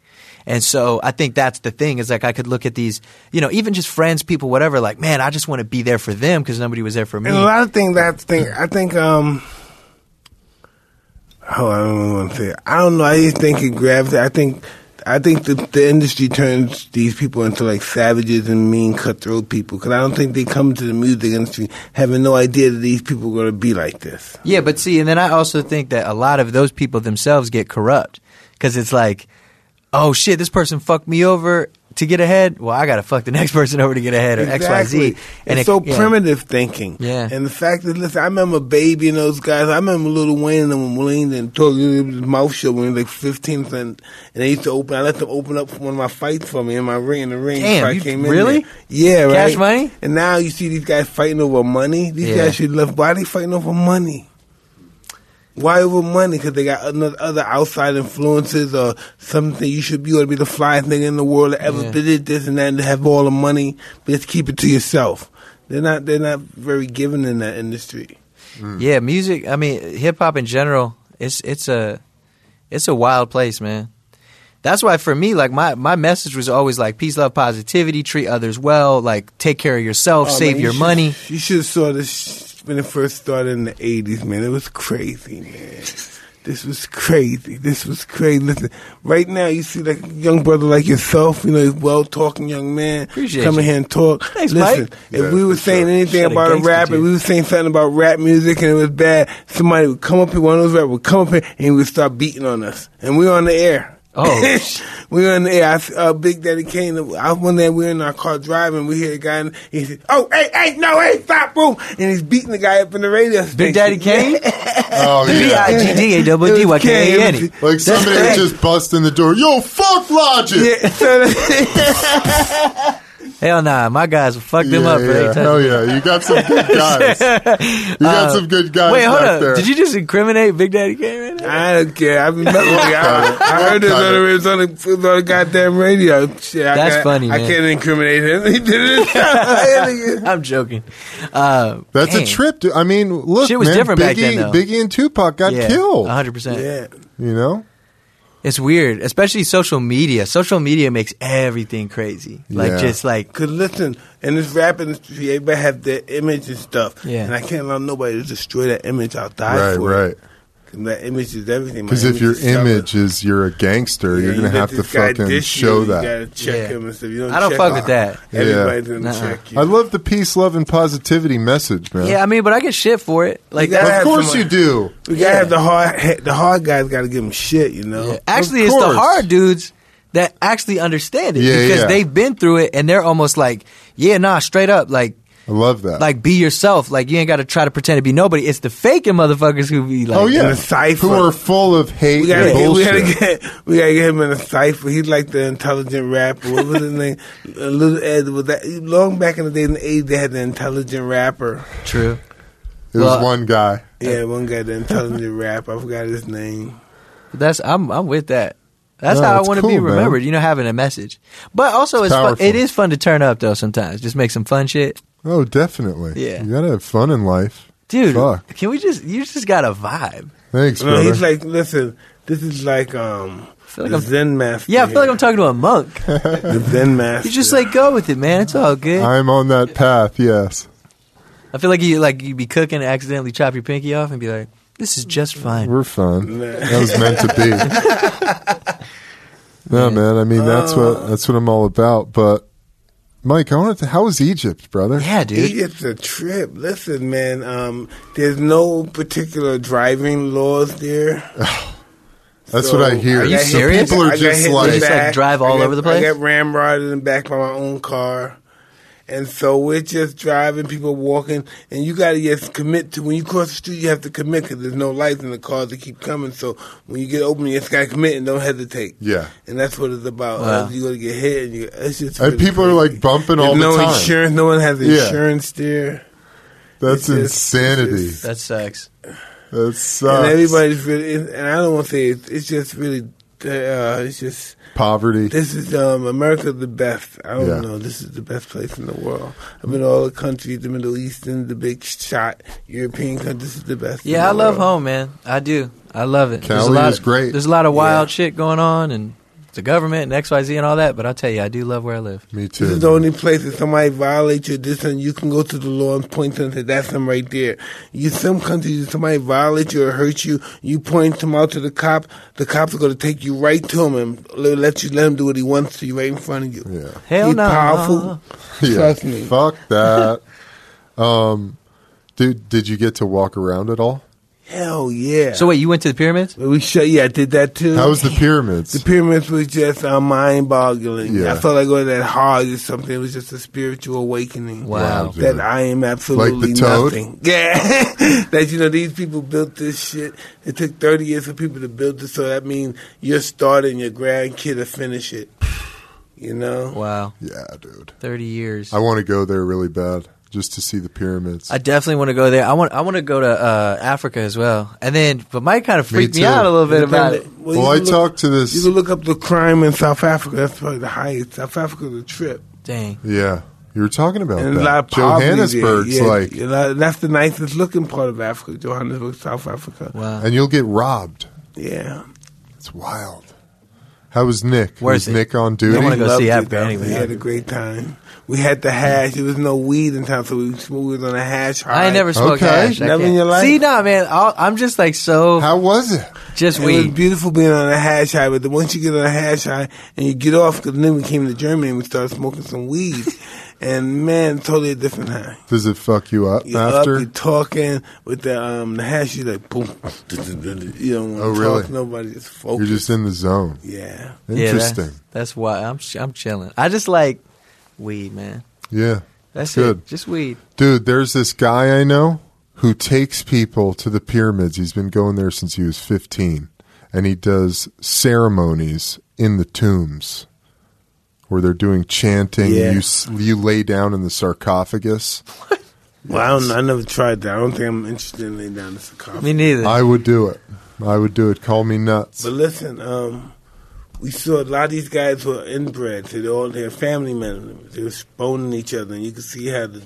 [SPEAKER 2] And so I think that's the thing is like I could look at these, you know, even just friends, people, whatever. Like, man, I just want to be there for them because nobody was there for me.
[SPEAKER 3] And a lot of things I think I think um oh I don't want to say it. I don't know I just think it grabs I think I think the the industry turns these people into like savages and mean cutthroat people because I don't think they come to the music industry having no idea that these people are going to be like this.
[SPEAKER 2] Yeah, but see, and then I also think that a lot of those people themselves get corrupt because it's like, oh shit, this person fucked me over. to get ahead, well, I got to fuck the next person over to get ahead or
[SPEAKER 3] Exactly.
[SPEAKER 2] XYZ. And
[SPEAKER 3] it's
[SPEAKER 2] it-
[SPEAKER 3] so
[SPEAKER 2] yeah.
[SPEAKER 3] primitive thinking.
[SPEAKER 2] Yeah.
[SPEAKER 3] And the fact that listen, I remember Baby and those guys. I remember Little Wayne and them when Wayne and told you his mouth shut when he was like fifteen, and and they used to open. I let them open up one of my fights for me in my ring in the ring.
[SPEAKER 2] Damn,
[SPEAKER 3] before I
[SPEAKER 2] you-
[SPEAKER 3] came in
[SPEAKER 2] really?
[SPEAKER 3] there. Yeah, right.
[SPEAKER 2] Cash money?
[SPEAKER 3] And now you see these guys fighting over money. These
[SPEAKER 2] Yeah.
[SPEAKER 3] guys should love. Why are they fighting over money? Why over money? Because they got ano- other outside influences or something. You should be able to be the flyest nigga in the world that ever
[SPEAKER 2] Yeah.
[SPEAKER 3] did this and that, and to have all the money, but just keep it to yourself. They're not. They're not very given in that industry.
[SPEAKER 2] Yeah, music. I mean, hip hop in general. It's it's a it's a wild place, man. That's why for me, like my my message was always like peace, love, positivity, treat others well, like take care of yourself,
[SPEAKER 3] Oh,
[SPEAKER 2] save
[SPEAKER 3] man, you
[SPEAKER 2] your
[SPEAKER 3] should-
[SPEAKER 2] money.
[SPEAKER 3] You should have saw this when it first started in the eighties, man. It was crazy, man. This was crazy. This was crazy. Listen, right now you see like a young brother like yourself, you know, well talking young man,
[SPEAKER 2] Appreciate
[SPEAKER 3] come in
[SPEAKER 2] you.
[SPEAKER 3] here and talk.
[SPEAKER 2] Thanks,
[SPEAKER 3] Listen,
[SPEAKER 2] Mike.
[SPEAKER 3] if
[SPEAKER 1] Yeah,
[SPEAKER 3] we were
[SPEAKER 1] for
[SPEAKER 3] saying
[SPEAKER 1] sure.
[SPEAKER 3] anything
[SPEAKER 2] Shoulda
[SPEAKER 3] about a
[SPEAKER 2] gangstered
[SPEAKER 3] rap, if
[SPEAKER 2] you.
[SPEAKER 3] we were saying something about rap music and it was bad, somebody would come up here, one of those rappers would come up here and he would start beating on us, and we were on the air.
[SPEAKER 2] Oh.
[SPEAKER 3] we were in the air. I s uh, Big Daddy came. to- I, one day we were in our car driving. We hear a guy. And he said, "Oh, hey, hey, no, hey, stop, boom!" And he's beating the guy up in the radio. Station.
[SPEAKER 2] Big Daddy Kane,
[SPEAKER 1] Oh,
[SPEAKER 2] B I
[SPEAKER 1] yeah.
[SPEAKER 2] G D A double D Y K A N E.
[SPEAKER 1] Like somebody
[SPEAKER 3] That's
[SPEAKER 1] just busting the door. Yo, fuck logic.
[SPEAKER 3] Yeah, so that-
[SPEAKER 2] Hell nah, my guys will fuck them
[SPEAKER 1] Yeah,
[SPEAKER 2] up. for
[SPEAKER 1] yeah.
[SPEAKER 2] every time.
[SPEAKER 1] Hell yeah, you got some good guys. You got some good guys
[SPEAKER 2] Uh, Wait, hold
[SPEAKER 1] back
[SPEAKER 2] up.
[SPEAKER 1] there.
[SPEAKER 2] Did you just incriminate Big Daddy Kane right now?
[SPEAKER 3] I don't care. I remember. I, I heard this on the, it was on the, it was on the goddamn radio. Shit, I
[SPEAKER 2] That's
[SPEAKER 3] can't-
[SPEAKER 2] funny,
[SPEAKER 3] I
[SPEAKER 2] man.
[SPEAKER 3] can't incriminate him. He did it. I ain't-
[SPEAKER 2] I'm joking. Uh,
[SPEAKER 1] That's
[SPEAKER 2] dang.
[SPEAKER 1] a trip. Dude. I mean, look,
[SPEAKER 2] Shit was
[SPEAKER 1] man,
[SPEAKER 2] different
[SPEAKER 1] Biggie,
[SPEAKER 2] back then, though.
[SPEAKER 1] Biggie and Tupac got
[SPEAKER 2] Yeah,
[SPEAKER 1] killed.
[SPEAKER 2] 100%.
[SPEAKER 3] yeah.
[SPEAKER 1] You know,
[SPEAKER 2] It's weird, especially social media. Social media makes everything crazy. Like
[SPEAKER 1] Yeah.
[SPEAKER 2] just like
[SPEAKER 3] Cause listen, in this rap industry, everybody have their image and stuff,
[SPEAKER 2] Yeah.
[SPEAKER 3] and I can't allow nobody to destroy that image. I'll die
[SPEAKER 1] right,
[SPEAKER 3] for it.
[SPEAKER 1] right.
[SPEAKER 3] And that image is everything. My
[SPEAKER 1] Because if
[SPEAKER 3] image
[SPEAKER 1] your
[SPEAKER 3] is stubborn.
[SPEAKER 1] image is you're a gangster,
[SPEAKER 3] Yeah,
[SPEAKER 1] you're
[SPEAKER 3] you
[SPEAKER 1] gonna
[SPEAKER 3] let
[SPEAKER 1] have to
[SPEAKER 3] this guy
[SPEAKER 1] fucking
[SPEAKER 3] diss
[SPEAKER 1] show
[SPEAKER 3] you,
[SPEAKER 1] that.
[SPEAKER 3] You gotta check
[SPEAKER 2] Yeah.
[SPEAKER 3] him and stuff. You don't
[SPEAKER 2] I don't
[SPEAKER 3] check
[SPEAKER 2] fuck
[SPEAKER 3] him,
[SPEAKER 2] with that.
[SPEAKER 3] Everybody's gonna
[SPEAKER 2] Nuh-uh.
[SPEAKER 3] check you.
[SPEAKER 1] I love the peace, love, and positivity message, man.
[SPEAKER 2] yeah, I mean, but I get shit for it. Like
[SPEAKER 3] You gotta
[SPEAKER 2] that.
[SPEAKER 1] of
[SPEAKER 3] have
[SPEAKER 1] course
[SPEAKER 3] someone-
[SPEAKER 1] you do.
[SPEAKER 3] we gotta have the hard, he- the hard guys gotta give him shit. You know.
[SPEAKER 2] Yeah. Actually,
[SPEAKER 1] Of
[SPEAKER 2] it's the
[SPEAKER 1] course.
[SPEAKER 2] hard dudes that actually understand it
[SPEAKER 1] Yeah,
[SPEAKER 2] because
[SPEAKER 1] yeah.
[SPEAKER 2] they've been through it and they're almost like, yeah, nah, straight up, like,
[SPEAKER 1] I love that.
[SPEAKER 2] like be yourself. Like you ain't got to try to pretend to be nobody. It's the faking motherfuckers who be like,
[SPEAKER 1] oh yeah,
[SPEAKER 3] in a cipher.
[SPEAKER 1] who are full of hate
[SPEAKER 3] We gotta,
[SPEAKER 1] and
[SPEAKER 3] get, we,
[SPEAKER 1] bullshit.
[SPEAKER 3] gotta get, we gotta get him in a cipher. He's like the intelligent rapper. What was his name? Uh, Little Ed. Was that long back in the day in the '80s? They had the intelligent rapper.
[SPEAKER 2] true.
[SPEAKER 1] it was
[SPEAKER 2] Well,
[SPEAKER 1] one guy.
[SPEAKER 3] Yeah, one guy, the intelligent rapper. I forgot his name.
[SPEAKER 2] That's I'm I'm with that. That's
[SPEAKER 1] No,
[SPEAKER 2] how I
[SPEAKER 1] it's
[SPEAKER 2] want to
[SPEAKER 1] cool,
[SPEAKER 2] be
[SPEAKER 1] man.
[SPEAKER 2] remembered. You know, having a message, but also it's, fun,
[SPEAKER 1] powerful.
[SPEAKER 2] it is fun to turn up though. Sometimes just make some fun shit,
[SPEAKER 1] Oh, definitely.
[SPEAKER 2] Yeah.
[SPEAKER 1] you gotta have fun in life.
[SPEAKER 2] dude.
[SPEAKER 1] Fuck.
[SPEAKER 2] Can we just you just got a vibe?
[SPEAKER 1] Thanks,
[SPEAKER 3] No,
[SPEAKER 1] brother.
[SPEAKER 3] he's like, listen, this is like um,
[SPEAKER 2] feel like
[SPEAKER 3] the
[SPEAKER 2] I'm-
[SPEAKER 3] Zen master.
[SPEAKER 2] Yeah, I feel like
[SPEAKER 3] here.
[SPEAKER 2] I'm talking to a monk.
[SPEAKER 3] the Zen master.
[SPEAKER 2] You just like go with it, man. It's all good.
[SPEAKER 1] I'm on that path. Yes.
[SPEAKER 2] I feel like you like you be cooking, and accidentally chop your pinky off, and be like, "This is just fine."
[SPEAKER 1] We're fun.
[SPEAKER 3] Nah.
[SPEAKER 1] That was meant to be. no, man. I mean, that's
[SPEAKER 3] Oh.
[SPEAKER 1] what that's what I'm all about. But Mike, I want to. How was Egypt, brother?
[SPEAKER 2] Yeah, dude.
[SPEAKER 3] Egypt's a trip. Listen, man, um, there's no particular driving laws there.
[SPEAKER 1] That's
[SPEAKER 3] So-
[SPEAKER 1] what I hear.
[SPEAKER 2] Are you
[SPEAKER 3] I got
[SPEAKER 1] Some
[SPEAKER 2] serious?
[SPEAKER 1] people
[SPEAKER 3] I
[SPEAKER 1] are
[SPEAKER 3] got hit
[SPEAKER 1] just
[SPEAKER 3] in the
[SPEAKER 1] like,
[SPEAKER 2] They just, like,
[SPEAKER 3] back.
[SPEAKER 2] drive all
[SPEAKER 3] I got-
[SPEAKER 2] over the place?
[SPEAKER 3] I got ramrodded in the back by my own car. And so we're just driving, people walking, and you got to just commit to when you cross the street, you have to commit because there's no lights and the cars that keep coming. So when you get open, you just got to commit and don't hesitate.
[SPEAKER 1] yeah.
[SPEAKER 3] And that's what it's about.
[SPEAKER 2] Wow.
[SPEAKER 3] Else You're going to get hit. And, you, it's just
[SPEAKER 1] And
[SPEAKER 3] really
[SPEAKER 1] people are
[SPEAKER 3] crazy.
[SPEAKER 1] like bumping
[SPEAKER 3] There's
[SPEAKER 1] all
[SPEAKER 3] no
[SPEAKER 1] the time.
[SPEAKER 3] insurance. No one has
[SPEAKER 1] Yeah.
[SPEAKER 3] insurance there.
[SPEAKER 1] That's
[SPEAKER 3] It's just-
[SPEAKER 1] insanity.
[SPEAKER 3] it's
[SPEAKER 2] That sucks.
[SPEAKER 1] that sucks.
[SPEAKER 3] and everybody's really, and I don't want to say it, it's just really, uh, it's just
[SPEAKER 1] poverty.
[SPEAKER 3] this is um, America the best. I don't
[SPEAKER 1] Yeah.
[SPEAKER 3] know. This is the best place in the world. I've been to all the countries, the Middle East, and the big shot European country. This is the best. in
[SPEAKER 2] Yeah,
[SPEAKER 3] the
[SPEAKER 2] I love
[SPEAKER 3] world.
[SPEAKER 2] home, man. I do. I love it. There's a
[SPEAKER 1] Cali
[SPEAKER 2] lot
[SPEAKER 1] is
[SPEAKER 2] of-
[SPEAKER 1] great.
[SPEAKER 2] There's a lot of wild
[SPEAKER 3] Yeah.
[SPEAKER 2] shit going on, and the government and X Y Z and all that. But I tell you, I do love where I live.
[SPEAKER 1] Me too.
[SPEAKER 3] This is the only place that somebody violates your this and you can go to the law and point to them and say, that's them right there. You some countries if somebody violates you or hurts you, you point them out to the cop, the cops are gonna take you right to him and let let you let him do what he wants to you right in front of you.
[SPEAKER 1] Yeah.
[SPEAKER 2] Hell
[SPEAKER 3] He's
[SPEAKER 2] no.
[SPEAKER 3] powerful.
[SPEAKER 1] Yeah.
[SPEAKER 3] Trust me.
[SPEAKER 1] Fuck that. um, dude, did you get to walk around at all?
[SPEAKER 3] Hell yeah.
[SPEAKER 2] So wait, you went to the pyramids?
[SPEAKER 3] we show you. I did that too.
[SPEAKER 1] How was the pyramids?
[SPEAKER 3] The pyramids was just uh, mind boggling.
[SPEAKER 1] Yeah.
[SPEAKER 3] I felt like going that hard or something. It was just a spiritual awakening.
[SPEAKER 2] Wow.
[SPEAKER 1] Wowzers.
[SPEAKER 3] That I am absolutely
[SPEAKER 1] Like the toad?
[SPEAKER 3] nothing. Yeah. that, you know, these people built this shit. It took 30 years for people to build this. So that means you're starting your grandkid to finish it. You know?
[SPEAKER 2] Wow,
[SPEAKER 1] yeah, dude.
[SPEAKER 2] thirty years.
[SPEAKER 1] I want to go there really bad just to see the pyramids.
[SPEAKER 2] I definitely want to go there. I want I want to go to uh, Africa as well. And then, but Mike kind of freaked me,
[SPEAKER 1] too.
[SPEAKER 2] out a little bit about it.
[SPEAKER 3] Well, you
[SPEAKER 1] well, I
[SPEAKER 3] can look-
[SPEAKER 1] talked to
[SPEAKER 3] You
[SPEAKER 1] this.
[SPEAKER 3] can look up the crime in South Africa. That's probably the highest. South Africa's a trip.
[SPEAKER 2] Dang.
[SPEAKER 1] Yeah, you were talking about
[SPEAKER 3] And a lot
[SPEAKER 1] that.
[SPEAKER 3] of poverty there.
[SPEAKER 1] Johannesburg's
[SPEAKER 3] Yeah,
[SPEAKER 1] like,
[SPEAKER 3] a lot- that's the nicest looking part of Africa, Johannesburg, South Africa.
[SPEAKER 2] Wow.
[SPEAKER 1] and you'll get robbed.
[SPEAKER 3] Yeah,
[SPEAKER 1] It's wild. How was Nick? was
[SPEAKER 2] Where's it?
[SPEAKER 1] Nick on
[SPEAKER 2] I wanna
[SPEAKER 1] duty?
[SPEAKER 2] go
[SPEAKER 3] Loved
[SPEAKER 2] see
[SPEAKER 3] it,
[SPEAKER 2] Africa
[SPEAKER 3] though.
[SPEAKER 2] anyway.
[SPEAKER 3] We had a great time. We had the hash. There was no weed in town, so we smoked on a hash.
[SPEAKER 2] I
[SPEAKER 3] high.
[SPEAKER 2] ain't never smoked
[SPEAKER 1] Okay.
[SPEAKER 2] hash. I
[SPEAKER 3] Never in
[SPEAKER 2] can't-
[SPEAKER 3] your life?
[SPEAKER 2] See, nah, man. I'll, I'm just like so
[SPEAKER 1] How was it?
[SPEAKER 2] just
[SPEAKER 3] It was
[SPEAKER 2] weed.
[SPEAKER 3] beautiful being on a hash high, but then once you get on a hash high and you get off, because then we came to Germany and we started smoking some weed, and man, totally a different high.
[SPEAKER 1] Does it fuck you up
[SPEAKER 3] You're
[SPEAKER 1] after?
[SPEAKER 3] up, you're talking with the um the hash, you like boom, you don't want to
[SPEAKER 1] Oh,
[SPEAKER 3] talk
[SPEAKER 1] really?
[SPEAKER 3] to nobody, just
[SPEAKER 1] You're
[SPEAKER 3] focus.
[SPEAKER 1] just in the zone.
[SPEAKER 3] yeah.
[SPEAKER 2] Yeah, that's-
[SPEAKER 1] Interesting.
[SPEAKER 2] that's why I'm I'm chilling. I just like weed, man.
[SPEAKER 1] Yeah,
[SPEAKER 2] That's
[SPEAKER 1] Good.
[SPEAKER 2] it. Just weed.
[SPEAKER 1] dude. There's this guy I know who takes people to the pyramids. He's been going there since he was 15, and he does ceremonies in the tombs where they're doing chanting.
[SPEAKER 3] Yeah.
[SPEAKER 1] You s- you lay down in the sarcophagus.
[SPEAKER 3] Well, I, don't, know. I never tried that. I don't think I'm interested in laying down the sarcophagus.
[SPEAKER 2] Me neither.
[SPEAKER 1] I would do it. I would do it. Call me nuts.
[SPEAKER 3] But listen, um, we saw a lot of these guys were inbred. So they all their family members. They were spawning each other, and you could see how the,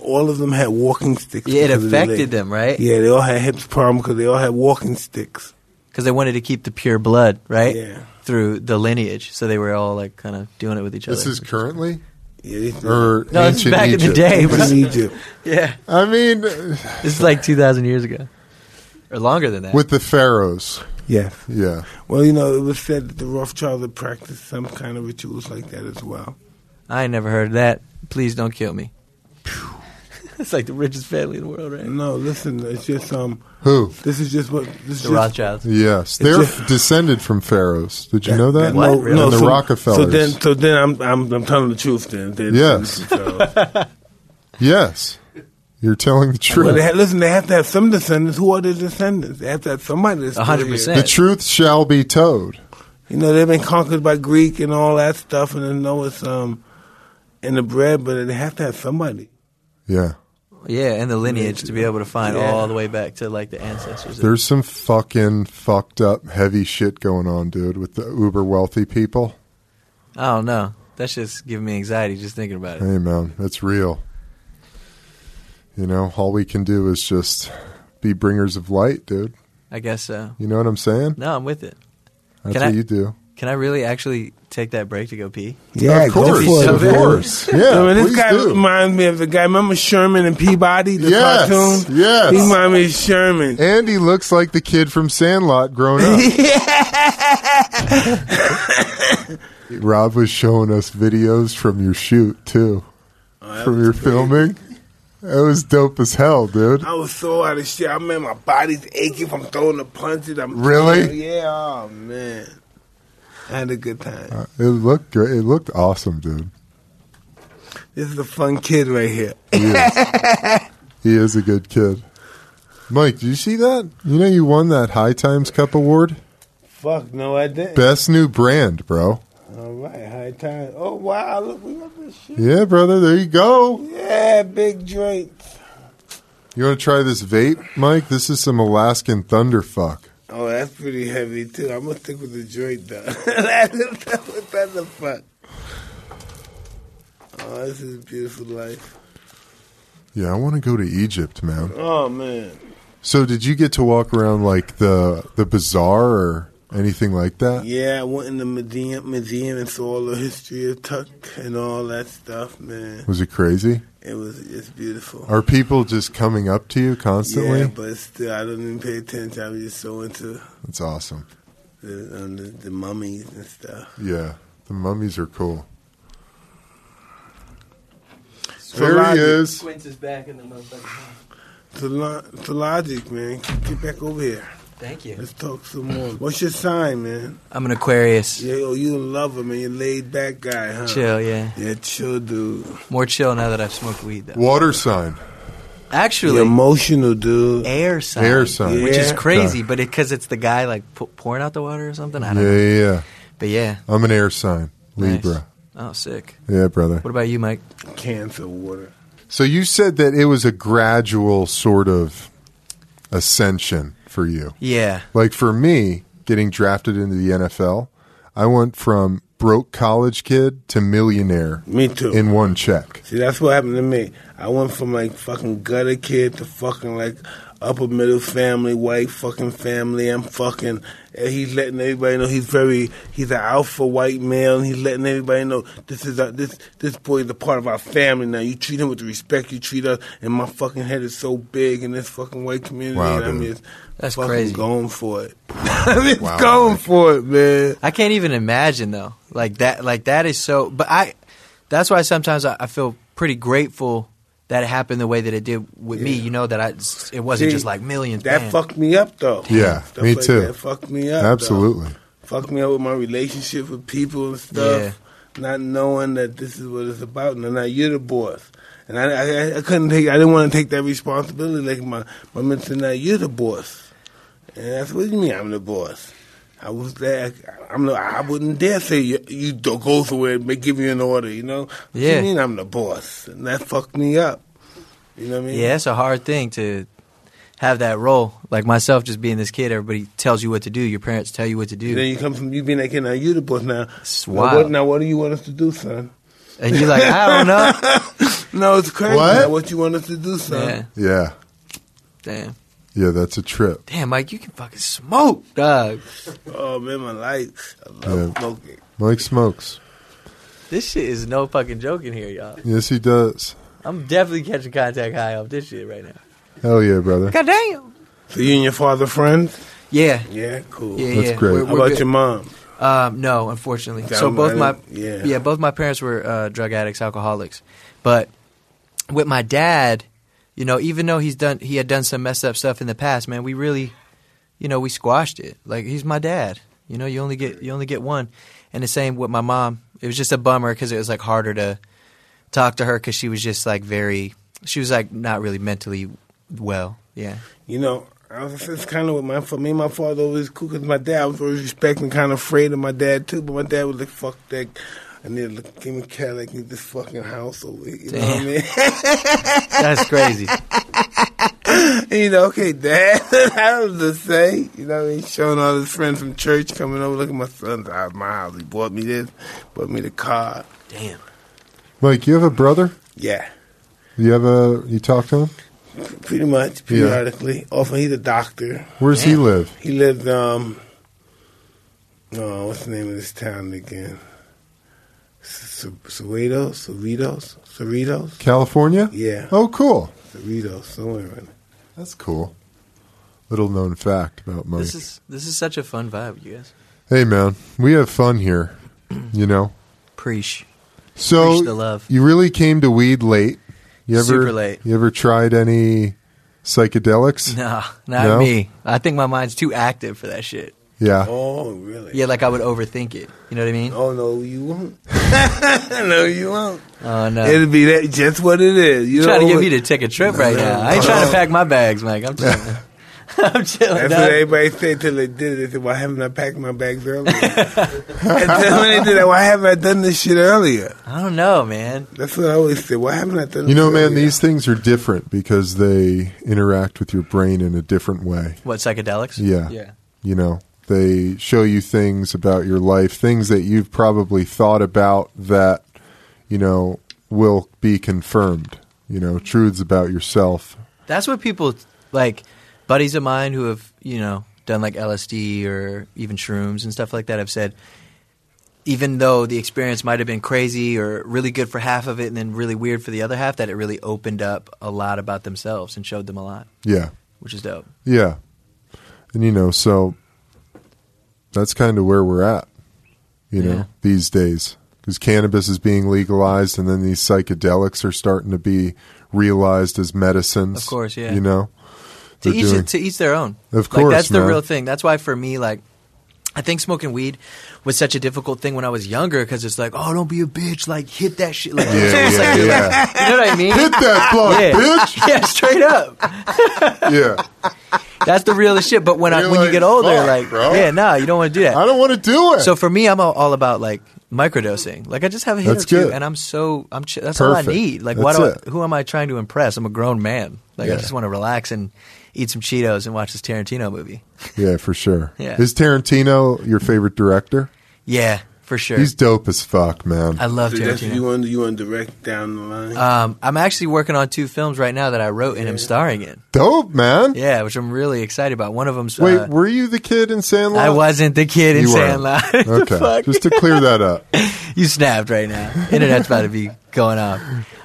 [SPEAKER 3] all of them had walking sticks.
[SPEAKER 2] yeah, it
[SPEAKER 3] because of the leg.
[SPEAKER 2] affected them, right?
[SPEAKER 3] Yeah, they all had hips problem because they all had walking sticks.
[SPEAKER 2] Because they wanted to keep the pure blood, right?
[SPEAKER 3] Yeah.
[SPEAKER 2] Through the lineage, so they were all like kind of doing it with each other.
[SPEAKER 1] This is currently
[SPEAKER 3] Yeah, they-
[SPEAKER 1] or
[SPEAKER 2] no, this is
[SPEAKER 1] ancient
[SPEAKER 2] back in the
[SPEAKER 1] Egypt?
[SPEAKER 2] day,
[SPEAKER 3] It was
[SPEAKER 2] bro.
[SPEAKER 3] in Egypt.
[SPEAKER 2] yeah,
[SPEAKER 1] I mean,
[SPEAKER 2] this is like two thousand years ago, or longer than that.
[SPEAKER 1] with the pharaohs.
[SPEAKER 3] Yes.
[SPEAKER 1] Yeah.
[SPEAKER 3] Well, you know, it was said that the Rothschilds had practiced some kind of rituals like that as well.
[SPEAKER 2] I ain't never heard of that. Please don't kill me. it's like the richest family in the world, right?
[SPEAKER 3] No, listen, it's just um,
[SPEAKER 1] Who?
[SPEAKER 3] this is just what this is
[SPEAKER 2] The
[SPEAKER 3] just
[SPEAKER 2] Rothschilds.
[SPEAKER 1] Yes, they're
[SPEAKER 3] just-
[SPEAKER 1] descended from pharaohs. Did you know that?
[SPEAKER 2] What?
[SPEAKER 3] No,
[SPEAKER 2] Really?
[SPEAKER 3] no,
[SPEAKER 1] And the
[SPEAKER 3] so,
[SPEAKER 1] Rockefellers.
[SPEAKER 3] So then, so then I'm, I'm, I'm telling the truth. Then, then uh,
[SPEAKER 1] Yes.
[SPEAKER 3] So,
[SPEAKER 1] Yes, you're telling the
[SPEAKER 3] well,
[SPEAKER 1] truth.
[SPEAKER 3] they ha- listen, they have to have some descendants. Who are the descendants? They have to have somebody. that's still
[SPEAKER 2] 100%.
[SPEAKER 1] the
[SPEAKER 3] here.
[SPEAKER 1] truth shall be told.
[SPEAKER 3] You know, they've been conquered by Greek and all that stuff, and I know it's um in the bread, but they have to have somebody.
[SPEAKER 1] Yeah,
[SPEAKER 2] Yeah, and the lineage to be able to find
[SPEAKER 3] Yeah.
[SPEAKER 2] all the way back to like the ancestors.
[SPEAKER 1] there's some fucking fucked up heavy shit going on, dude, with the uber wealthy people.
[SPEAKER 2] I don't know. That's just giving me anxiety just thinking about it.
[SPEAKER 1] Hey, man, it's real. You know, all we can do is just be bringers of light, dude.
[SPEAKER 2] I guess so.
[SPEAKER 1] You know what I'm saying?
[SPEAKER 2] No, I'm with it.
[SPEAKER 1] That's
[SPEAKER 2] Can
[SPEAKER 1] what
[SPEAKER 2] I-
[SPEAKER 1] you do.
[SPEAKER 2] Can I really actually take that break to go pee?
[SPEAKER 3] Yeah,
[SPEAKER 1] of course,
[SPEAKER 2] for it,
[SPEAKER 1] of
[SPEAKER 2] man.
[SPEAKER 1] course.
[SPEAKER 3] I
[SPEAKER 1] Yeah,
[SPEAKER 3] mean, this
[SPEAKER 1] please
[SPEAKER 3] guy
[SPEAKER 1] do.
[SPEAKER 3] reminds me of the guy. Remember Sherman and Peabody, the
[SPEAKER 1] Yes,
[SPEAKER 3] cartoon?
[SPEAKER 1] yes.
[SPEAKER 3] He reminds me of Sherman.
[SPEAKER 1] and he looks like the kid from Sandlot grown up. Rob was showing us videos from your shoot too, from your filming. That was dope as hell, dude.
[SPEAKER 3] I was so out of shit. I mean, my body's aching from throwing the punches. I'm
[SPEAKER 1] Really?
[SPEAKER 3] Yeah. Oh man, I had a good time.
[SPEAKER 1] It looked great. It looked awesome, dude.
[SPEAKER 3] This is a fun kid right here.
[SPEAKER 1] He is a good kid. Mike, did you see that? You know you won that High Times Cup award,
[SPEAKER 3] Fuck no, I didn't.
[SPEAKER 1] best new brand, bro.
[SPEAKER 3] All right, high time. Oh wow, look, we got this shit.
[SPEAKER 1] Yeah, brother. There you go.
[SPEAKER 3] Yeah, big joints.
[SPEAKER 1] You want to try this vape, Mike? This is some Alaskan Thunderfuck.
[SPEAKER 3] Oh, that's pretty heavy too. I'm gonna stick with the joint though. That's what the fuck. Oh, this is a beautiful life.
[SPEAKER 1] Yeah, I want to go to Egypt, man.
[SPEAKER 3] Oh man.
[SPEAKER 1] So did you get to walk around like the the bazaar or anything like that?
[SPEAKER 3] Yeah, I went in the museum, museum and saw all the history of Tuck and all that stuff, man.
[SPEAKER 1] Was it crazy?
[SPEAKER 3] It was it's beautiful.
[SPEAKER 1] Are people just coming up to you
[SPEAKER 3] Yeah,
[SPEAKER 1] constantly?
[SPEAKER 3] but still, I don't even pay attention. I'm just so into
[SPEAKER 1] That's awesome.
[SPEAKER 3] the, um, the, the mummies and stuff.
[SPEAKER 1] Yeah. The mummies are cool.
[SPEAKER 3] So
[SPEAKER 1] There he
[SPEAKER 3] Logic-
[SPEAKER 1] is.
[SPEAKER 2] Quince is back in the motherfucking
[SPEAKER 3] to, lo- to logic, man. Get back over here.
[SPEAKER 2] Thank you.
[SPEAKER 3] Let's talk some more. What's your sign, man?
[SPEAKER 2] I'm an Aquarius.
[SPEAKER 3] Yeah, yo, you a lover, man. You laid back guy, huh?
[SPEAKER 2] Chill, yeah.
[SPEAKER 3] Yeah, chill, dude.
[SPEAKER 2] More chill now that I've smoked weed, though.
[SPEAKER 1] Water sign.
[SPEAKER 3] You
[SPEAKER 2] Actually,
[SPEAKER 3] emotional, dude.
[SPEAKER 2] air sign.
[SPEAKER 1] Air sign.
[SPEAKER 2] Which is
[SPEAKER 3] Yeah.
[SPEAKER 2] crazy, but because it's the guy like pu- pouring out the water or something. I
[SPEAKER 1] Yeah,
[SPEAKER 2] don't know.
[SPEAKER 1] yeah, yeah.
[SPEAKER 2] But yeah,
[SPEAKER 1] I'm an air sign.
[SPEAKER 2] nice.
[SPEAKER 1] Libra.
[SPEAKER 2] Oh, sick.
[SPEAKER 1] Yeah, brother.
[SPEAKER 2] What about you, Mike?
[SPEAKER 3] Cancer water.
[SPEAKER 1] So you said that it was a gradual sort of ascension for you.
[SPEAKER 2] Yeah,
[SPEAKER 1] Like for me, getting drafted into the NFL, I went from broke college kid to millionaire
[SPEAKER 3] Me too.
[SPEAKER 1] in one check.
[SPEAKER 3] See, that's what happened to me. I went from like fucking gutter kid to fucking like upper middle family, white fucking family. I'm fucking. And he's letting everybody know he's very. He's an alpha white male, and he's letting everybody know this is a, this this boy is a part of our family now. You treat him with the respect you treat us, and my fucking head is so big in this fucking white community.
[SPEAKER 1] Wow,
[SPEAKER 3] and I'm
[SPEAKER 1] dude.
[SPEAKER 3] just
[SPEAKER 2] That's
[SPEAKER 3] fucking
[SPEAKER 2] crazy.
[SPEAKER 3] Going for it. I'm just
[SPEAKER 1] Wow,
[SPEAKER 3] going
[SPEAKER 1] Mike.
[SPEAKER 3] for it, man.
[SPEAKER 2] I can't even imagine though. Like that. Like that is so. But I. That's why sometimes I, I feel pretty grateful that it happened the way that it did with me. You know that I. It wasn't
[SPEAKER 3] See,
[SPEAKER 2] just like millions.
[SPEAKER 3] That
[SPEAKER 2] man.
[SPEAKER 3] fucked me up though.
[SPEAKER 1] Yeah,
[SPEAKER 3] Stuff
[SPEAKER 1] me
[SPEAKER 3] like
[SPEAKER 1] too.
[SPEAKER 3] That fucked me up. though.
[SPEAKER 1] Absolutely.
[SPEAKER 3] fucked me up with my relationship with people and stuff.
[SPEAKER 2] Yeah.
[SPEAKER 3] Not knowing that this is what it's about, and now you're the boss. And I, I, I couldn't take, I didn't want to take that responsibility. Like my, my mentor, now you're the boss, and that's what you mean. I'm the boss. I was there. I'm. The, I wouldn't dare say you, you don't go somewhere and make- give you an order. You know. What
[SPEAKER 2] Yeah.
[SPEAKER 3] You mean I'm the boss, and that fucked me up. You know what I mean?
[SPEAKER 2] Yeah, it's a hard thing to have that role. Like myself, just being this kid, everybody tells you what to do. Your parents tell you what to do,
[SPEAKER 3] And then you come from you being like, now you're the boss now.
[SPEAKER 2] It's
[SPEAKER 3] Now
[SPEAKER 2] wild.
[SPEAKER 3] what, now what do you want us to do, son?
[SPEAKER 2] and you're like, I don't know.
[SPEAKER 3] No, it's crazy.
[SPEAKER 1] What?
[SPEAKER 3] Now, what you want us to do, son?
[SPEAKER 2] yeah,
[SPEAKER 1] Yeah.
[SPEAKER 2] damn,
[SPEAKER 1] Yeah, that's a trip.
[SPEAKER 2] damn, Mike, you can fucking smoke, dog.
[SPEAKER 3] Oh man, my life. I love
[SPEAKER 1] Yeah.
[SPEAKER 3] smoking.
[SPEAKER 1] Mike smokes.
[SPEAKER 2] This shit is no fucking joke in here, y'all.
[SPEAKER 1] Yes, he does.
[SPEAKER 2] I'm definitely catching contact high off this shit right now.
[SPEAKER 1] Hell yeah, brother.
[SPEAKER 2] God damn.
[SPEAKER 3] So you and your father friends?
[SPEAKER 2] Yeah,
[SPEAKER 3] Yeah, cool.
[SPEAKER 2] yeah,
[SPEAKER 1] That's
[SPEAKER 2] yeah.
[SPEAKER 1] great.
[SPEAKER 2] We're-
[SPEAKER 3] How
[SPEAKER 2] we're
[SPEAKER 3] about
[SPEAKER 2] good.
[SPEAKER 3] your mom?
[SPEAKER 2] Um, no, unfortunately.
[SPEAKER 3] That
[SPEAKER 2] so both my
[SPEAKER 3] might- yeah.
[SPEAKER 2] yeah. both my parents were uh, drug addicts, alcoholics. But with my dad, you know, even though he's done he had done some messed up stuff in the past, man, we really, you know, we squashed it. Like he's my dad. You know, you only get you only get one. And the same with my mom. It was just a bummer because it was like harder to talk to her because she was just like very she was like not really mentally well. Yeah.
[SPEAKER 3] You know, I was it's kind of with my for me. and My father always cool because my dad I was always respecting, kind of afraid of my dad too. But my dad was like, "Fuck that." And then look, give me cat like in this fucking house over here. You know what I
[SPEAKER 2] Damn.
[SPEAKER 3] mean?
[SPEAKER 2] That's crazy.
[SPEAKER 3] And, you know, okay, dad, I was the same. You know, he's showing all his friends from church coming over. Look at my son's house, my house. He bought me this, bought me the car.
[SPEAKER 2] Damn.
[SPEAKER 1] Mike, you have a brother?
[SPEAKER 3] Yeah.
[SPEAKER 1] You have a you talk to him?
[SPEAKER 3] Pretty much, periodically. Often he's a doctor.
[SPEAKER 1] Where does he
[SPEAKER 2] Yeah.
[SPEAKER 1] live?
[SPEAKER 3] He lives um oh, what's the name of this town again? S- S- Cerritos, Cerritos, Cerritos.
[SPEAKER 1] California?
[SPEAKER 3] Yeah.
[SPEAKER 1] Oh, cool.
[SPEAKER 3] Cerritos, somewhere around. there.
[SPEAKER 1] That's cool. Little known fact about Mike.
[SPEAKER 2] This is this is such a fun vibe, you guys.
[SPEAKER 1] hey, man, we have fun here, you know?
[SPEAKER 2] Preach.
[SPEAKER 1] So
[SPEAKER 2] Preach the love.
[SPEAKER 1] you really came to weed late. You ever,
[SPEAKER 2] Super late.
[SPEAKER 1] You ever tried any psychedelics?
[SPEAKER 2] No, not
[SPEAKER 1] No?
[SPEAKER 2] me. I think my mind's too active for that shit.
[SPEAKER 1] Yeah.
[SPEAKER 3] Oh, really?
[SPEAKER 2] Yeah, like I would overthink it. You know what I mean?
[SPEAKER 3] Oh no, you won't. no, you won't.
[SPEAKER 2] Oh no.
[SPEAKER 3] It'll be that just what it is. You
[SPEAKER 2] You're trying to
[SPEAKER 3] know
[SPEAKER 2] get
[SPEAKER 3] what-
[SPEAKER 2] me to take a trip right
[SPEAKER 3] No.
[SPEAKER 2] now. I ain't trying to pack my bags, Mike. I'm chilling. I'm chilling.
[SPEAKER 3] That's
[SPEAKER 2] dog.
[SPEAKER 3] what everybody said till they did it. They said, "Why haven't I packed my bags earlier?" and then when they did that, why haven't I done this shit earlier?
[SPEAKER 2] I don't know, man.
[SPEAKER 3] That's what I always say. Why haven't I done?
[SPEAKER 1] You
[SPEAKER 3] this
[SPEAKER 1] know, man,
[SPEAKER 3] earlier?
[SPEAKER 1] these things are different because they interact with your brain in a different way.
[SPEAKER 2] What psychedelics?
[SPEAKER 1] Yeah.
[SPEAKER 2] Yeah.
[SPEAKER 1] You know, they show you things about your life, things that you've probably thought about that, you know, will be confirmed, you know, truths about yourself.
[SPEAKER 2] That's what people like buddies of mine who have, you know, done like LSD or even shrooms and stuff like that have said even though the experience might have been crazy or really good for half of it and then really weird for the other half, that it really opened up a lot about themselves and showed them a lot,
[SPEAKER 1] Yeah.
[SPEAKER 2] which is dope.
[SPEAKER 1] Yeah. And, you know, so that's kind of where we're at, you know,
[SPEAKER 2] Yeah.
[SPEAKER 1] these days. because cannabis is being legalized, and then these psychedelics are starting to be realized as medicines.
[SPEAKER 2] Of course, yeah.
[SPEAKER 1] You know,
[SPEAKER 2] to
[SPEAKER 1] They're
[SPEAKER 2] each
[SPEAKER 1] doing-
[SPEAKER 2] to each their own.
[SPEAKER 1] Of
[SPEAKER 2] like,
[SPEAKER 1] course,
[SPEAKER 2] that's the
[SPEAKER 1] man.
[SPEAKER 2] real thing. That's why for me, like, I think smoking weed was such a difficult thing when I was younger because it's like, oh, don't be a bitch, like hit that shit, like, it's
[SPEAKER 1] yeah,
[SPEAKER 2] almost
[SPEAKER 1] yeah,
[SPEAKER 2] like you're like-
[SPEAKER 1] yeah.
[SPEAKER 2] you know what I mean?
[SPEAKER 1] Hit that plug,
[SPEAKER 2] Yeah.
[SPEAKER 1] bitch.
[SPEAKER 2] yeah, straight up.
[SPEAKER 1] Yeah,
[SPEAKER 2] That's the real shit. But when I,
[SPEAKER 1] You're
[SPEAKER 2] when you
[SPEAKER 1] like,
[SPEAKER 2] get older,
[SPEAKER 1] "Fuck,
[SPEAKER 2] like,
[SPEAKER 1] bro."
[SPEAKER 2] yeah, nah, you don't want to do that.
[SPEAKER 1] I don't want to do it.
[SPEAKER 2] So for me, I'm all- all about like microdosing. Like I just have a hit
[SPEAKER 1] That's
[SPEAKER 2] or two,
[SPEAKER 1] good.
[SPEAKER 2] and I'm so I'm ch- that's all
[SPEAKER 1] Perfect.
[SPEAKER 2] I need. Like why
[SPEAKER 1] That's
[SPEAKER 2] do
[SPEAKER 1] it.
[SPEAKER 2] I, who am I trying to impress? I'm a grown man. Like
[SPEAKER 1] Yeah.
[SPEAKER 2] I just want to relax and eat some Cheetos and watch this Tarantino movie.
[SPEAKER 1] yeah, for sure.
[SPEAKER 2] Yeah.
[SPEAKER 1] Is Tarantino your favorite director?
[SPEAKER 2] Yeah, for sure.
[SPEAKER 1] He's dope as fuck, man.
[SPEAKER 2] I love
[SPEAKER 3] So that's
[SPEAKER 2] Tarantino.
[SPEAKER 3] you want you want to direct down the line.
[SPEAKER 1] Uh,
[SPEAKER 2] Um, I'm actually working on two films right now that I wrote and am starring in.
[SPEAKER 1] dope, man.
[SPEAKER 2] Yeah, which I'm really excited about. One of them's
[SPEAKER 1] Wait,
[SPEAKER 2] uh,
[SPEAKER 1] were you the kid in Sandlot?
[SPEAKER 2] I wasn't the kid in
[SPEAKER 1] You weren't.
[SPEAKER 2] Sandlot. What the
[SPEAKER 1] Okay,
[SPEAKER 2] fuck?
[SPEAKER 1] just to clear that up.
[SPEAKER 2] you snapped right now. Internet's about to be going off.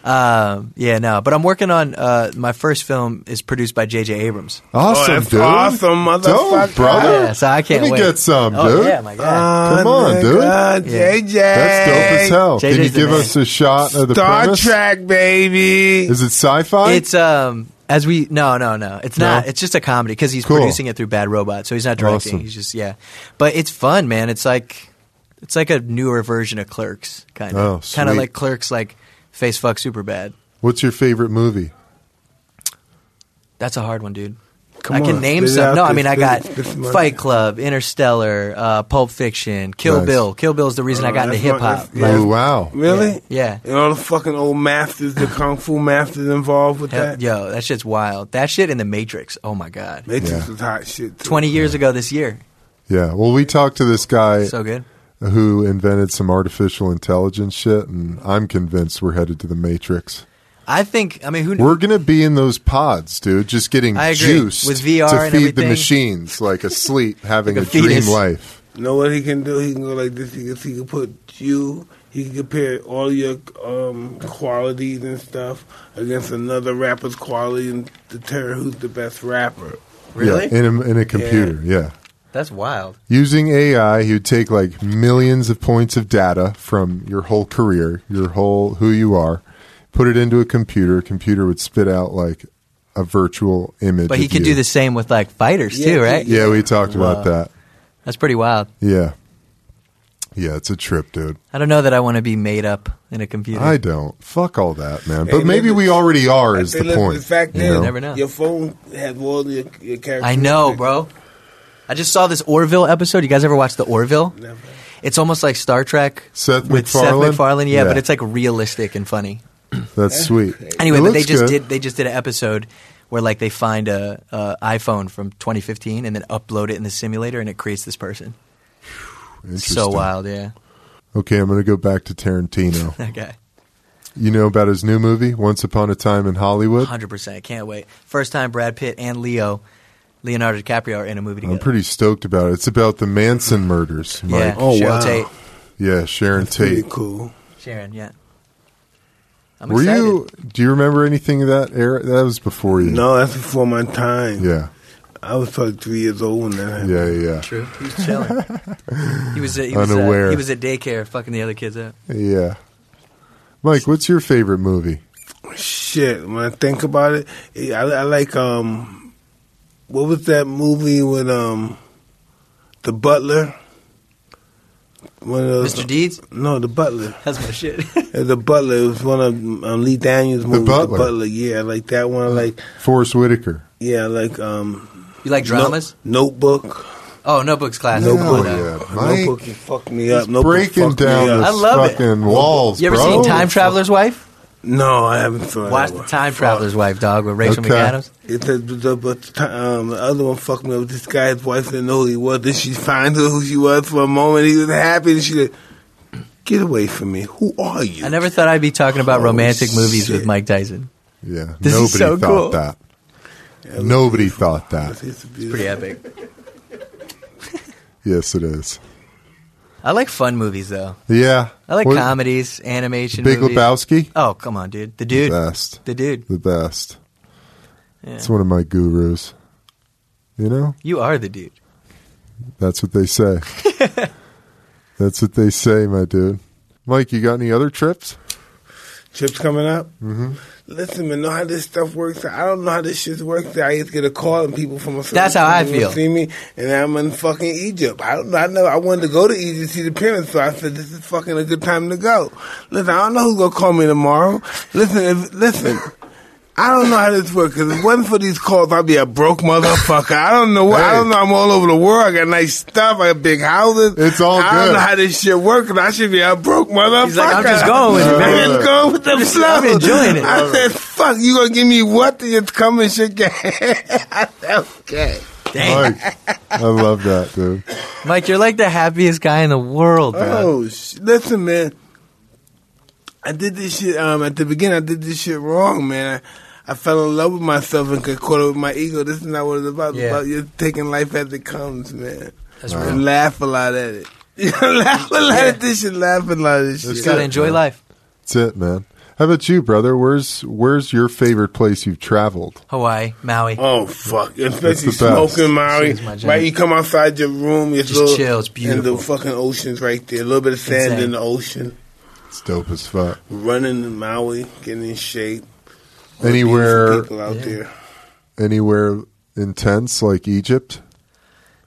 [SPEAKER 2] Um, yeah, no, but I'm working on uh, my first film is produced by J.J. Abrams.
[SPEAKER 1] Awesome,
[SPEAKER 3] Oh, that's
[SPEAKER 1] dude.
[SPEAKER 3] awesome,
[SPEAKER 1] Dope,
[SPEAKER 3] motherfucker.
[SPEAKER 1] brother.
[SPEAKER 2] Yeah, so I can't
[SPEAKER 1] Oh, Let me
[SPEAKER 2] wait.
[SPEAKER 1] get some,
[SPEAKER 2] Oh
[SPEAKER 1] dude. Ah.
[SPEAKER 2] yeah, my god.
[SPEAKER 3] Oh,
[SPEAKER 1] Come on,
[SPEAKER 3] my
[SPEAKER 1] dude.
[SPEAKER 3] God,
[SPEAKER 2] Yeah.
[SPEAKER 3] JJ.
[SPEAKER 1] That's dope as hell.
[SPEAKER 2] JJ's
[SPEAKER 1] Can you
[SPEAKER 2] the
[SPEAKER 1] give
[SPEAKER 2] man.
[SPEAKER 1] us a shot of the
[SPEAKER 3] Star
[SPEAKER 1] premise?
[SPEAKER 3] Trek, baby.
[SPEAKER 1] Is it sci-fi?
[SPEAKER 2] it's um as we no no no it's
[SPEAKER 1] No?
[SPEAKER 2] not it's just a comedy because he's
[SPEAKER 1] Cool.
[SPEAKER 2] producing it through Bad Robot, so he's not directing.
[SPEAKER 1] Awesome.
[SPEAKER 2] He's just yeah, but it's fun, man. It's like it's like a newer version of Clerks, kind
[SPEAKER 1] Oh,
[SPEAKER 2] of kind of
[SPEAKER 1] sweet.
[SPEAKER 2] like Clerks, like face fuck super bad.
[SPEAKER 1] What's your favorite movie?
[SPEAKER 2] That's a hard one, dude.
[SPEAKER 3] Come
[SPEAKER 2] I can
[SPEAKER 3] on,
[SPEAKER 2] name
[SPEAKER 3] spit it
[SPEAKER 2] some.
[SPEAKER 3] out
[SPEAKER 2] No, I
[SPEAKER 3] this-
[SPEAKER 2] mean I
[SPEAKER 3] this-
[SPEAKER 2] got
[SPEAKER 3] this is my-
[SPEAKER 2] Fight Club, Interstellar, uh, Pulp Fiction, Kill
[SPEAKER 1] Nice.
[SPEAKER 2] Bill. Kill Bill's the reason I
[SPEAKER 3] Oh,
[SPEAKER 2] got into
[SPEAKER 3] that's my-
[SPEAKER 2] hip hop.
[SPEAKER 3] that's- Yeah.
[SPEAKER 1] Oh wow!
[SPEAKER 3] Really?
[SPEAKER 2] Yeah.
[SPEAKER 3] And all the fucking old masters, the kung fu masters involved with
[SPEAKER 2] Hell-
[SPEAKER 3] that.
[SPEAKER 2] Yo, that shit's wild. That shit in the Matrix. Oh my god.
[SPEAKER 3] Matrix
[SPEAKER 1] Yeah.
[SPEAKER 3] was hot shit. Too.
[SPEAKER 2] Twenty years ago this year.
[SPEAKER 1] Yeah. Well, we talked to this guy
[SPEAKER 2] So good.
[SPEAKER 1] who invented some artificial intelligence shit, and I'm convinced we're headed to the Matrix.
[SPEAKER 2] I think. I mean, who?
[SPEAKER 1] We're gonna be in those pods, dude, just getting
[SPEAKER 2] I agree.
[SPEAKER 1] juiced
[SPEAKER 2] With VR
[SPEAKER 1] to
[SPEAKER 2] and
[SPEAKER 1] feed the
[SPEAKER 2] everything.
[SPEAKER 1] machines, like asleep, having
[SPEAKER 2] Like a
[SPEAKER 1] a, dream
[SPEAKER 2] fetus.
[SPEAKER 1] life.
[SPEAKER 3] You know what he can do? He can go like this. He can, he can put you. He can compare all your um, qualities and stuff against another rapper's quality and determine who's the best rapper.
[SPEAKER 2] really?
[SPEAKER 1] Yeah, in a, in a computer. yeah.
[SPEAKER 2] That's wild.
[SPEAKER 1] Using AI, you take like millions of points of data from your whole career, your whole who you are, put it into a computer. A computer would spit out like a virtual image.
[SPEAKER 2] But he
[SPEAKER 1] of
[SPEAKER 2] could
[SPEAKER 1] you.
[SPEAKER 2] do the same with like fighters
[SPEAKER 3] Yeah,
[SPEAKER 2] too, right?
[SPEAKER 1] Yeah, we talked
[SPEAKER 2] Wow.
[SPEAKER 1] about that.
[SPEAKER 2] That's pretty wild.
[SPEAKER 1] Yeah, yeah, it's a trip, dude.
[SPEAKER 2] I don't know that I want to be made up in a computer.
[SPEAKER 1] I don't fuck all that, man.
[SPEAKER 3] Hey,
[SPEAKER 1] But maybe
[SPEAKER 3] listen-
[SPEAKER 1] we already are. Is
[SPEAKER 3] Hey,
[SPEAKER 1] the
[SPEAKER 3] listen,
[SPEAKER 1] point?
[SPEAKER 3] The fact
[SPEAKER 1] you
[SPEAKER 3] is,
[SPEAKER 1] know?
[SPEAKER 2] never know.
[SPEAKER 3] your phone has all your, your characters.
[SPEAKER 2] I know, bro. I just saw this Orville episode. You guys ever watch the Orville?
[SPEAKER 3] Never.
[SPEAKER 2] It's almost like Star Trek
[SPEAKER 1] Seth
[SPEAKER 2] with
[SPEAKER 1] MacFarlane?
[SPEAKER 2] Seth MacFarlane. Yeah,
[SPEAKER 1] Yeah.
[SPEAKER 2] but it's like realistic and funny.
[SPEAKER 1] That's sweet.
[SPEAKER 2] Anyway,
[SPEAKER 1] It
[SPEAKER 2] but they
[SPEAKER 1] looks
[SPEAKER 2] just
[SPEAKER 1] good.
[SPEAKER 2] did they just did an episode where like they find a, a iPhone from 2015 and then upload it in the simulator and it creates this person. So
[SPEAKER 1] Interesting.
[SPEAKER 2] wild, yeah.
[SPEAKER 1] Okay, I'm gonna go back to Tarantino.
[SPEAKER 2] Okay.
[SPEAKER 1] you know about his new movie, Once Upon a Time in Hollywood.
[SPEAKER 2] Hundred percent. Can't wait. First time Brad Pitt and Leo, Leonardo DiCaprio are in a movie together.
[SPEAKER 1] I'm pretty stoked about it. It's about the Manson murders.
[SPEAKER 2] Yeah.
[SPEAKER 1] Mike.
[SPEAKER 3] Oh,
[SPEAKER 2] Sharon
[SPEAKER 3] wow.
[SPEAKER 2] Tate.
[SPEAKER 1] Yeah, Sharon
[SPEAKER 3] Pretty
[SPEAKER 1] Tate.
[SPEAKER 3] cool.
[SPEAKER 2] Sharon. Yeah. I'm
[SPEAKER 1] Were
[SPEAKER 2] excited.
[SPEAKER 1] you? Do you remember anything of that era? That was before you.
[SPEAKER 3] No, that's before my time.
[SPEAKER 1] Yeah.
[SPEAKER 3] I was probably three years old when that happened.
[SPEAKER 1] Yeah. Yeah.
[SPEAKER 2] True. He was chilling. he was. At, he was
[SPEAKER 1] Unaware.
[SPEAKER 2] At, he was at daycare, fucking the other kids up.
[SPEAKER 1] Yeah. Mike, what's your favorite movie?
[SPEAKER 3] Shit, when I think about it, it- I, I like um, what was that movie with um, the Butler? One
[SPEAKER 1] Uh,
[SPEAKER 3] of those,
[SPEAKER 2] Mr. Deeds.
[SPEAKER 3] No, the Butler.
[SPEAKER 2] That's my shit.
[SPEAKER 3] Uh, The Butler it was one of um, Lee Daniels' movies.
[SPEAKER 1] Butler.
[SPEAKER 3] Yeah, I like that one. I like
[SPEAKER 1] Forrest Whitaker.
[SPEAKER 3] yeah, I like um,
[SPEAKER 2] you like dramas?
[SPEAKER 3] No- Notebook.
[SPEAKER 2] Oh, Notebook's classic.
[SPEAKER 1] No
[SPEAKER 2] Come
[SPEAKER 1] Notebook. clue.
[SPEAKER 2] on now.
[SPEAKER 1] yeah.
[SPEAKER 3] Notebook, you fucked me
[SPEAKER 2] Uh,
[SPEAKER 3] up. Notebook
[SPEAKER 1] Breaking
[SPEAKER 3] fucked me
[SPEAKER 1] down
[SPEAKER 3] up.
[SPEAKER 1] the
[SPEAKER 2] I love it.
[SPEAKER 1] fucking walls,
[SPEAKER 2] You ever
[SPEAKER 1] bro.
[SPEAKER 2] seen Time Traveler's Wife?
[SPEAKER 3] No, I haven't saw
[SPEAKER 2] Watch
[SPEAKER 3] that
[SPEAKER 2] the
[SPEAKER 3] one.
[SPEAKER 2] Time Traveler's Wife, dog, with Rachel
[SPEAKER 1] Okay.
[SPEAKER 2] McAdams.
[SPEAKER 3] It's a, the, but the, ti- um, the other one fucked me up. This guy's wife didn't know who he was. Then she finds out who she was for a moment. He was happy, and she said, "Get away from me! Who are you?"
[SPEAKER 2] I never thought I'd be talking about
[SPEAKER 1] Oh,
[SPEAKER 3] Holy
[SPEAKER 2] romantic movies
[SPEAKER 3] shit.
[SPEAKER 2] with Mike Dyson.
[SPEAKER 1] Yeah.
[SPEAKER 2] This
[SPEAKER 1] Nobody
[SPEAKER 2] is so
[SPEAKER 1] thought
[SPEAKER 2] cool.
[SPEAKER 1] that. Nobody thought that.
[SPEAKER 3] It's
[SPEAKER 2] Pretty epic.
[SPEAKER 1] Yes, it is.
[SPEAKER 2] I like fun movies though.
[SPEAKER 1] Yeah.
[SPEAKER 2] I like
[SPEAKER 1] What-
[SPEAKER 2] comedies, animation.
[SPEAKER 1] Big
[SPEAKER 2] movies.
[SPEAKER 1] Lebowski.
[SPEAKER 2] Oh come on, dude! The dude,
[SPEAKER 1] Best.
[SPEAKER 2] the dude.
[SPEAKER 1] The best.
[SPEAKER 2] Yeah.
[SPEAKER 1] It's one of my gurus. You know,
[SPEAKER 2] You are the dude.
[SPEAKER 1] that's what they say. that's what they say, my dude. Mike, you got any other trips?
[SPEAKER 3] Trips coming up.
[SPEAKER 1] Mm-hmm.
[SPEAKER 3] Listen, man, know how this stuff works. I don't know how this shit works. I just get a call and people from a certain
[SPEAKER 2] That's how I
[SPEAKER 3] country will
[SPEAKER 2] feel.
[SPEAKER 3] See me, and I'm in fucking Egypt. I don't know. I never. I wanted to go to Egypt to see the pyramids, so I said this is fucking a good time to go. Listen, I don't know who's gonna call me tomorrow. Listen, if, listen. I don't know how this works because if it wasn't for these calls, I'd be a broke motherfucker. I don't know what. I
[SPEAKER 1] Hey.
[SPEAKER 3] don't know. I'm all over the world. I got nice stuff. I got big houses.
[SPEAKER 1] It's all
[SPEAKER 3] I don't
[SPEAKER 1] good.
[SPEAKER 3] know how this shit works. and I should be a broke motherfucker.
[SPEAKER 2] He's like, I'm just going with it,
[SPEAKER 3] I'm
[SPEAKER 2] man.
[SPEAKER 3] just going with the
[SPEAKER 2] Just-
[SPEAKER 3] flow.
[SPEAKER 2] I'm enjoying it.
[SPEAKER 3] I said, fuck, you gonna give me what to just come and shit? I said, okay.
[SPEAKER 2] Dang.
[SPEAKER 1] Mike, I love that, dude.
[SPEAKER 2] Mike, you're like the happiest guy in the world, bro.
[SPEAKER 3] Oh, sh- listen, man. I did this shit um, at the beginning. I did this shit wrong, man. I, I fell in love with myself and got caught up with my ego. This is not what it's about.
[SPEAKER 2] Yeah.
[SPEAKER 3] It's about you taking life as it comes, man.
[SPEAKER 2] That's
[SPEAKER 3] And
[SPEAKER 2] real.
[SPEAKER 3] Laugh a lot at it. laugh a lot at this shit. Laugh a lot at this
[SPEAKER 1] That's
[SPEAKER 3] shit.
[SPEAKER 2] Just gotta enjoy life.
[SPEAKER 1] That's it, man. How about you, brother? Where's Where's your favorite place you've traveled?
[SPEAKER 2] Hawaii, Maui.
[SPEAKER 3] Oh fuck! Especially
[SPEAKER 1] It's the best.
[SPEAKER 3] smoking Maui,
[SPEAKER 2] Excuse my jam.
[SPEAKER 3] right? You come outside your room, your
[SPEAKER 2] Just
[SPEAKER 3] little,
[SPEAKER 2] chill, it's beautiful.
[SPEAKER 3] and the fucking ocean's right there. A little bit of sand
[SPEAKER 2] Insane.
[SPEAKER 3] in the ocean.
[SPEAKER 1] It's dope as fuck.
[SPEAKER 3] Running in Maui, getting in shape.
[SPEAKER 1] Anywhere,
[SPEAKER 3] people out
[SPEAKER 2] Yeah.
[SPEAKER 3] there.
[SPEAKER 1] anywhere intense like Egypt.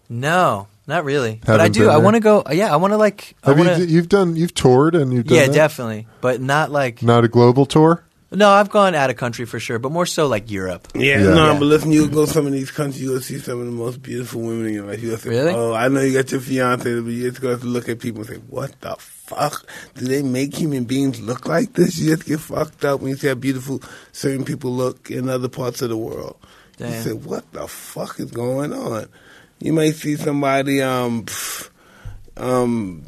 [SPEAKER 2] No, not really. but
[SPEAKER 1] Haven't
[SPEAKER 2] I do.
[SPEAKER 1] been
[SPEAKER 2] I
[SPEAKER 1] there?
[SPEAKER 2] want to go. uh, Yeah, I want to like. I
[SPEAKER 1] Have
[SPEAKER 2] wanna,
[SPEAKER 1] you? You've done. You've toured and you've done.
[SPEAKER 2] yeah,
[SPEAKER 1] that?
[SPEAKER 2] definitely. But not like.
[SPEAKER 1] Not a global tour.
[SPEAKER 2] No, I've gone out of country for sure, but more so like Europe.
[SPEAKER 3] Yeah,
[SPEAKER 1] Yeah.
[SPEAKER 3] no,
[SPEAKER 2] Yeah.
[SPEAKER 3] but listen, you go to some of these countries, you'll see some of the most beautiful women in your life. You'll say,
[SPEAKER 2] Really?
[SPEAKER 3] Oh, I know you got your fiance, but you just gonna have to look at people and say, What the fuck? Do they make human beings look like this? You just get fucked up when you see how beautiful certain people look in other parts of the world. You
[SPEAKER 2] Damn.
[SPEAKER 3] say, What the fuck is going on? You might see somebody, um, pff, um,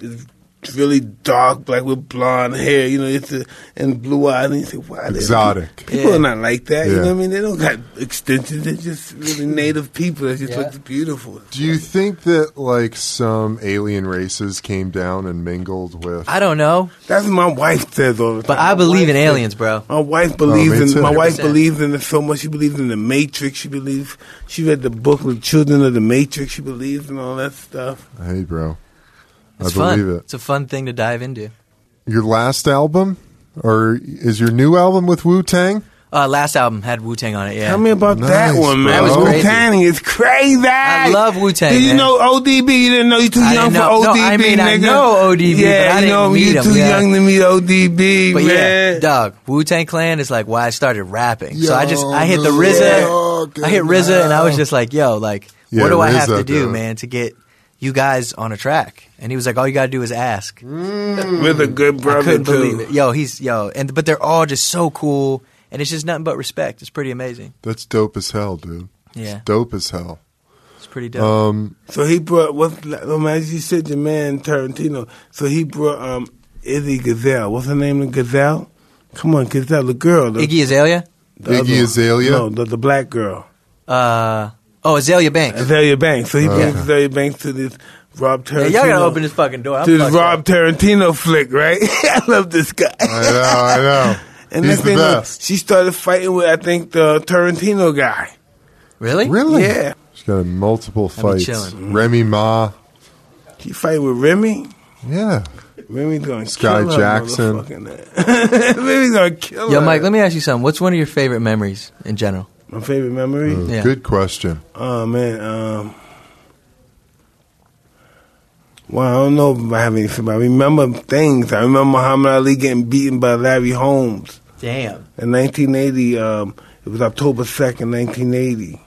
[SPEAKER 3] it's really dark, black with blonde hair, you know, it's a, and blue eyes, and you say, "Wow,
[SPEAKER 1] Exotic.
[SPEAKER 3] People
[SPEAKER 2] Yeah.
[SPEAKER 3] are not like that. You
[SPEAKER 1] Yeah.
[SPEAKER 3] know what I mean? They don't got extensions. They're just really native people that just
[SPEAKER 2] Yeah.
[SPEAKER 3] look beautiful.
[SPEAKER 1] Do you think that like some alien races came down and mingled with?
[SPEAKER 2] I don't know,
[SPEAKER 3] That's what my wife says all the time.
[SPEAKER 2] but I
[SPEAKER 3] My
[SPEAKER 2] believe
[SPEAKER 3] wife
[SPEAKER 2] in
[SPEAKER 3] says-
[SPEAKER 2] aliens, bro.
[SPEAKER 3] My wife
[SPEAKER 1] Oh, me
[SPEAKER 3] believes
[SPEAKER 1] too.
[SPEAKER 3] in my wife
[SPEAKER 2] 100%.
[SPEAKER 3] believes in it so much. She believes in the Matrix. She believes she read the book with Children of the Matrix. She believes in all that stuff.
[SPEAKER 1] Hey, bro.
[SPEAKER 2] It's
[SPEAKER 1] I believe it.
[SPEAKER 2] fun. It's a fun thing to dive into.
[SPEAKER 1] Your last album, or is your new album with Wu Tang?
[SPEAKER 2] Uh, last album had Wu Tang on it. Yeah,
[SPEAKER 3] Tell me about
[SPEAKER 1] Nice,
[SPEAKER 3] that one, man.
[SPEAKER 1] bro. That was
[SPEAKER 3] Wu Tang is crazy. I
[SPEAKER 2] love Wu-Tang,
[SPEAKER 3] Do you
[SPEAKER 2] man.
[SPEAKER 3] know ODB? You didn't know you too
[SPEAKER 2] I
[SPEAKER 3] young
[SPEAKER 2] didn't
[SPEAKER 3] for
[SPEAKER 2] know- no,
[SPEAKER 3] ODB,
[SPEAKER 2] I mean,
[SPEAKER 3] nigga.
[SPEAKER 2] I know ODB,
[SPEAKER 3] Yeah,
[SPEAKER 2] but I
[SPEAKER 3] you
[SPEAKER 2] didn't
[SPEAKER 3] know,
[SPEAKER 2] meet
[SPEAKER 3] you
[SPEAKER 2] him,
[SPEAKER 3] too
[SPEAKER 2] yeah.
[SPEAKER 3] young to meet ODB,
[SPEAKER 2] but
[SPEAKER 3] man.
[SPEAKER 2] yeah, dog. Wu Tang Clan is like why I started rapping. so I just
[SPEAKER 1] Yo,
[SPEAKER 2] I hit the
[SPEAKER 1] no
[SPEAKER 2] RZA, I hit
[SPEAKER 1] fucking
[SPEAKER 2] RZA, and I was
[SPEAKER 1] hell.
[SPEAKER 2] just like, yo, like,
[SPEAKER 1] Yeah,
[SPEAKER 2] what do I have
[SPEAKER 1] RZA,
[SPEAKER 2] to do,
[SPEAKER 1] dog.
[SPEAKER 2] man, to get you guys on a track? And he was like, all you gotta do is ask.
[SPEAKER 3] with a good brother
[SPEAKER 2] Mm. I couldn't
[SPEAKER 3] too.
[SPEAKER 2] believe it. Yo, he's yo, and but they're all just so cool, and it's just nothing but respect. It's pretty amazing.
[SPEAKER 1] That's dope as hell, dude.
[SPEAKER 2] Yeah,
[SPEAKER 1] Dope as hell.
[SPEAKER 2] it's pretty dope.
[SPEAKER 1] Um,
[SPEAKER 3] So he brought what? Um, as you said, your man Tarantino. So he brought um Izzy Gazelle. What's her name? The Gazelle. Come on, Gazelle, the girl, the,
[SPEAKER 2] Iggy Azalea.
[SPEAKER 3] the other
[SPEAKER 1] Iggy
[SPEAKER 3] one.
[SPEAKER 1] Azalea?
[SPEAKER 3] No, the, the black girl,
[SPEAKER 2] Uh, oh, Azalea Banks.
[SPEAKER 3] Azalea Banks. So he
[SPEAKER 1] Okay.
[SPEAKER 3] brings Azalea Banks to this Rob Tarantino.
[SPEAKER 2] Hey, y'all gotta open this fucking door. I'm
[SPEAKER 3] to this
[SPEAKER 2] fucked
[SPEAKER 3] Rob
[SPEAKER 2] up.
[SPEAKER 3] Tarantino flick, right? I love this guy.
[SPEAKER 1] I know, I know.
[SPEAKER 3] and
[SPEAKER 1] Uh, He's
[SPEAKER 3] next
[SPEAKER 1] the
[SPEAKER 3] thing you know,
[SPEAKER 1] best.
[SPEAKER 3] she started fighting with I think the Tarantino guy.
[SPEAKER 2] Really?
[SPEAKER 1] Really?
[SPEAKER 3] Yeah,
[SPEAKER 1] She's got multiple
[SPEAKER 2] I'll be
[SPEAKER 1] fights.
[SPEAKER 2] chilling.
[SPEAKER 1] Remy Ma.
[SPEAKER 3] she fight with Remy.
[SPEAKER 1] Yeah.
[SPEAKER 3] Remy's gonna
[SPEAKER 1] Sky
[SPEAKER 3] kill her
[SPEAKER 1] Jackson.
[SPEAKER 3] motherfucking- Remy's gonna kill
[SPEAKER 2] Yo,
[SPEAKER 3] her.
[SPEAKER 2] Mike, let me ask you something. What's one of your favorite memories in general?
[SPEAKER 3] My favorite memory?
[SPEAKER 2] Yeah.
[SPEAKER 1] Uh, Good question.
[SPEAKER 3] Oh man, um Well, I don't know if I have anything. but I remember things. I remember Muhammad Ali getting beaten by Larry Holmes
[SPEAKER 2] Damn.
[SPEAKER 3] in nineteen eighty, um it was October second, nineteen eighty.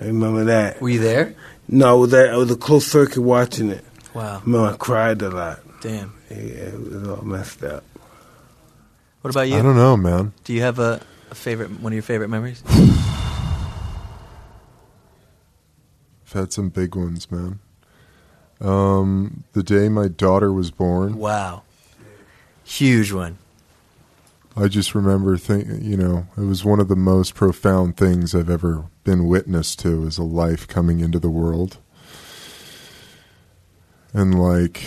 [SPEAKER 3] I remember that.
[SPEAKER 2] Were you there?
[SPEAKER 3] No, I was at, I was a close circuit watching it. I
[SPEAKER 2] Wow.
[SPEAKER 3] remember I cried a lot.
[SPEAKER 2] Damn.
[SPEAKER 3] Yeah, it was all messed up.
[SPEAKER 2] What about
[SPEAKER 1] I
[SPEAKER 2] you?
[SPEAKER 1] don't know, man.
[SPEAKER 2] Do you have a, a favorite one of your favorite memories?
[SPEAKER 1] Hmm. I've had some big ones, man. Um, the day my daughter was born,
[SPEAKER 2] Wow. Huge one.
[SPEAKER 1] I just remember think you know, it was one of the most profound things I've ever been witness to is a life coming into the world. And like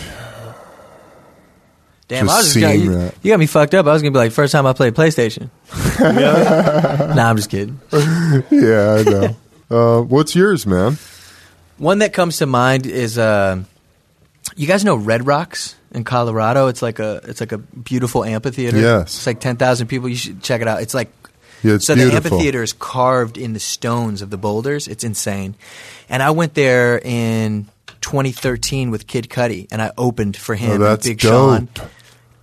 [SPEAKER 2] Damn,
[SPEAKER 1] Just
[SPEAKER 2] I was just gonna,
[SPEAKER 1] seeing
[SPEAKER 2] you,
[SPEAKER 1] that.
[SPEAKER 2] you got me fucked up. I was gonna be like, first time I played PlayStation. nah, I'm just kidding.
[SPEAKER 1] Yeah, I know. uh, what's yours, man?
[SPEAKER 2] One that comes to mind is uh, you guys know Red Rocks in Colorado? It's like a it's like a beautiful amphitheater.
[SPEAKER 1] Yes.
[SPEAKER 2] it's like ten thousand people. You should check it out. It's like
[SPEAKER 1] Yeah, it's
[SPEAKER 2] so the
[SPEAKER 1] beautiful.
[SPEAKER 2] amphitheater is carved in the stones of the boulders. It's insane. And I went there in 2013 with Kid Cudi, and I opened for him.
[SPEAKER 1] Oh,
[SPEAKER 2] and
[SPEAKER 1] that's
[SPEAKER 2] Big Sean.
[SPEAKER 1] dope.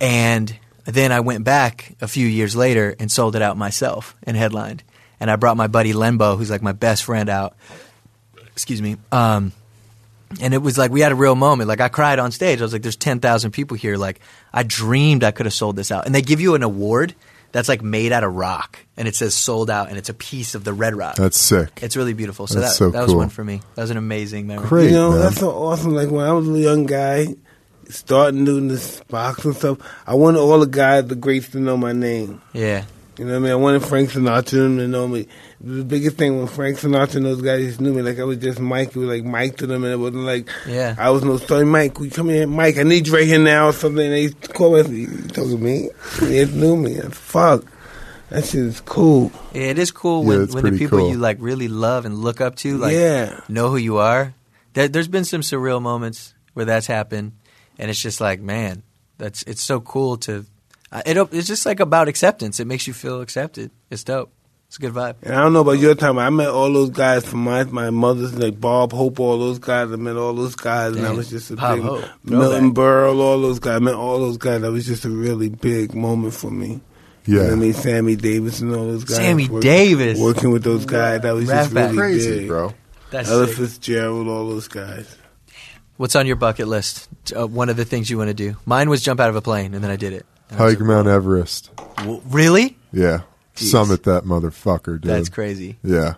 [SPEAKER 2] And then I went back a few years later and sold it out myself and headlined. And I brought my buddy Lembo, who's like my best friend, out. Excuse me. Um, and it was like we had a real moment. Like I cried on stage. I was like, "There's ten thousand people here. Like I dreamed I could have sold this out." And they give you an award that's like made out of rock, and it says "sold out," and it's a piece of the red rock.
[SPEAKER 1] That's sick.
[SPEAKER 2] it's really beautiful. So
[SPEAKER 1] That's
[SPEAKER 2] that
[SPEAKER 1] so
[SPEAKER 2] that was
[SPEAKER 1] cool.
[SPEAKER 2] one for me. That was an amazing memory.
[SPEAKER 1] Great,
[SPEAKER 3] you know,
[SPEAKER 1] man.
[SPEAKER 3] that's so awesome. Like when I was a young guy, starting doing this boxing stuff, I wanted all the guys, the greats, to know my name.
[SPEAKER 2] Yeah,
[SPEAKER 3] You know what I mean? I wanted Frank Sinatra to know me. The biggest thing when Frank Sinatra and those guys just knew me, like I was just Mike. It was like Mike to them, and it wasn't like
[SPEAKER 2] Yeah.
[SPEAKER 3] I was no sorry Mike. Will you come here, Mike? I need you right here now or something. And they used to call me. I said, You talking to me? They knew me. I said, Fuck, that shit is cool.
[SPEAKER 2] Yeah, it is cool
[SPEAKER 1] Yeah,
[SPEAKER 2] when
[SPEAKER 1] it's
[SPEAKER 2] when the
[SPEAKER 1] pretty
[SPEAKER 2] people
[SPEAKER 1] cool.
[SPEAKER 2] you like really love and look up to, like
[SPEAKER 3] yeah,
[SPEAKER 2] know who you are. There, there's been some surreal moments where that's happened, and it's just like, man, that's it's so cool to. I- It op- it's just like about acceptance. It makes you feel accepted. It's dope. It's a good vibe.
[SPEAKER 3] And I don't know about your time, but I met all those guys from my my mother's, like Bob Hope, all those guys. I met all those guys, and I
[SPEAKER 2] Dang.
[SPEAKER 3] was just a
[SPEAKER 2] Bob
[SPEAKER 3] big
[SPEAKER 2] Hope.
[SPEAKER 3] Milton
[SPEAKER 2] Throwback.
[SPEAKER 3] Berle, all those guys. I met all those guys. That was just a really big moment for me. You know what I
[SPEAKER 1] yeah,
[SPEAKER 3] mean, Sammy Davis and all those guys.
[SPEAKER 2] Sammy Davis.
[SPEAKER 3] working with those guys. That was just
[SPEAKER 2] Rap back.
[SPEAKER 3] really
[SPEAKER 1] crazy,
[SPEAKER 3] big.
[SPEAKER 1] bro.
[SPEAKER 2] That's
[SPEAKER 3] Ella
[SPEAKER 2] sick.
[SPEAKER 3] Fitzgerald, all those guys.
[SPEAKER 2] what's on your bucket list. Uh, one of the things you want to do. Mine was jump out of a plane, and then I did it. And I was
[SPEAKER 1] Hike Mount Everest.
[SPEAKER 2] like, "Whoa, really?
[SPEAKER 1] Yeah, summit that motherfucker, dude.
[SPEAKER 2] That's crazy.
[SPEAKER 1] Yeah,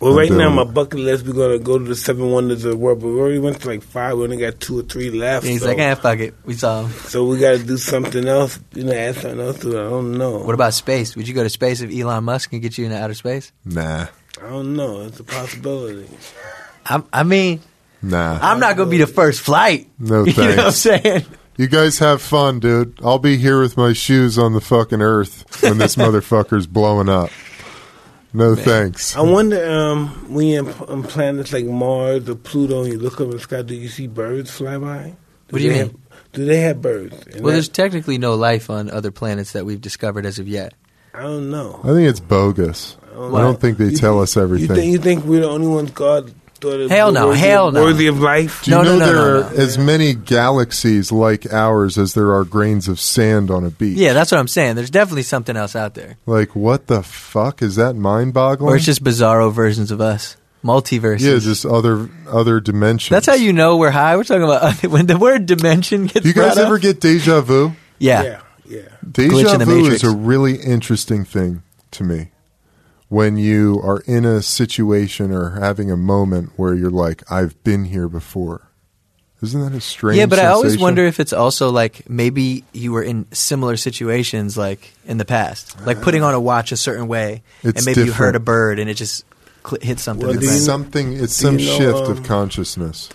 [SPEAKER 3] Well, right
[SPEAKER 1] Okay.
[SPEAKER 3] now my bucket list. We're gonna go to the seven wonders of the world, but we already went to like five. We only got two or three left.
[SPEAKER 2] And he's
[SPEAKER 3] so,
[SPEAKER 2] like, eh, fuck it. We saw him.
[SPEAKER 3] so we got to do something else. You know, add something else to it. I don't know.
[SPEAKER 2] What about space? Would you go to space if Elon Musk can get you into outer space?
[SPEAKER 1] nah,
[SPEAKER 3] I don't know. It's a possibility.
[SPEAKER 2] i I mean,
[SPEAKER 1] nah.
[SPEAKER 2] I'm not going to be the first flight.
[SPEAKER 1] No
[SPEAKER 2] you know what I'm
[SPEAKER 1] thanks.
[SPEAKER 2] saying?
[SPEAKER 1] You guys have fun, dude. I'll be here with my shoes on the fucking earth when this motherfucker's blowing up. No thanks.
[SPEAKER 3] I wonder um, when you're on on planets like Mars or Pluto, and you look up in the sky, do you see birds fly by?
[SPEAKER 2] What do you
[SPEAKER 3] they
[SPEAKER 2] mean?
[SPEAKER 3] Have, do they have birds? And
[SPEAKER 2] Well,
[SPEAKER 3] that-
[SPEAKER 2] there's technically no life on other planets that we've discovered as of yet.
[SPEAKER 3] I don't know.
[SPEAKER 1] I think it's bogus. I
[SPEAKER 2] Why?
[SPEAKER 1] don't think they
[SPEAKER 3] You
[SPEAKER 1] tell us
[SPEAKER 3] You think
[SPEAKER 1] everything.
[SPEAKER 3] you think we're the only ones God thought it
[SPEAKER 2] Hell no,
[SPEAKER 3] worthy,
[SPEAKER 2] hell no.
[SPEAKER 3] worthy of life?
[SPEAKER 1] Do you
[SPEAKER 2] No,
[SPEAKER 1] know
[SPEAKER 2] no, no,
[SPEAKER 1] there
[SPEAKER 2] no,
[SPEAKER 1] are
[SPEAKER 2] no.
[SPEAKER 1] as many galaxies like ours as there are grains of sand on a beach?
[SPEAKER 2] Yeah, that's what I'm saying. There's definitely something else out there.
[SPEAKER 1] Like, what the fuck? Is that mind
[SPEAKER 2] Or
[SPEAKER 1] boggling?
[SPEAKER 2] it's just bizarro versions of us. Multiverses.
[SPEAKER 1] yeah, just other other dimensions.
[SPEAKER 2] that's how you know we're high. We're talking about when the word dimension gets
[SPEAKER 1] Do you guys
[SPEAKER 2] brought up-
[SPEAKER 1] ever get deja vu?
[SPEAKER 2] Yeah.
[SPEAKER 3] yeah, yeah.
[SPEAKER 2] Glitch
[SPEAKER 1] Deja
[SPEAKER 2] in the
[SPEAKER 1] vu
[SPEAKER 2] Matrix.
[SPEAKER 1] is a really interesting thing to me. When you are in a situation or having a moment where you're like, I've been here before. Isn't that a strange
[SPEAKER 2] Yeah, but I always
[SPEAKER 1] sensation?
[SPEAKER 2] wonder if it's also like maybe you were in similar situations like in the past, like putting on a watch a certain way,
[SPEAKER 1] It's
[SPEAKER 2] and maybe you heard
[SPEAKER 1] different.
[SPEAKER 2] a bird and it just cl- hit something.
[SPEAKER 3] Well,
[SPEAKER 2] in the
[SPEAKER 1] it's
[SPEAKER 3] do you-
[SPEAKER 2] back.
[SPEAKER 1] something it's some
[SPEAKER 3] you know,
[SPEAKER 1] shift of
[SPEAKER 3] um,
[SPEAKER 1] consciousness.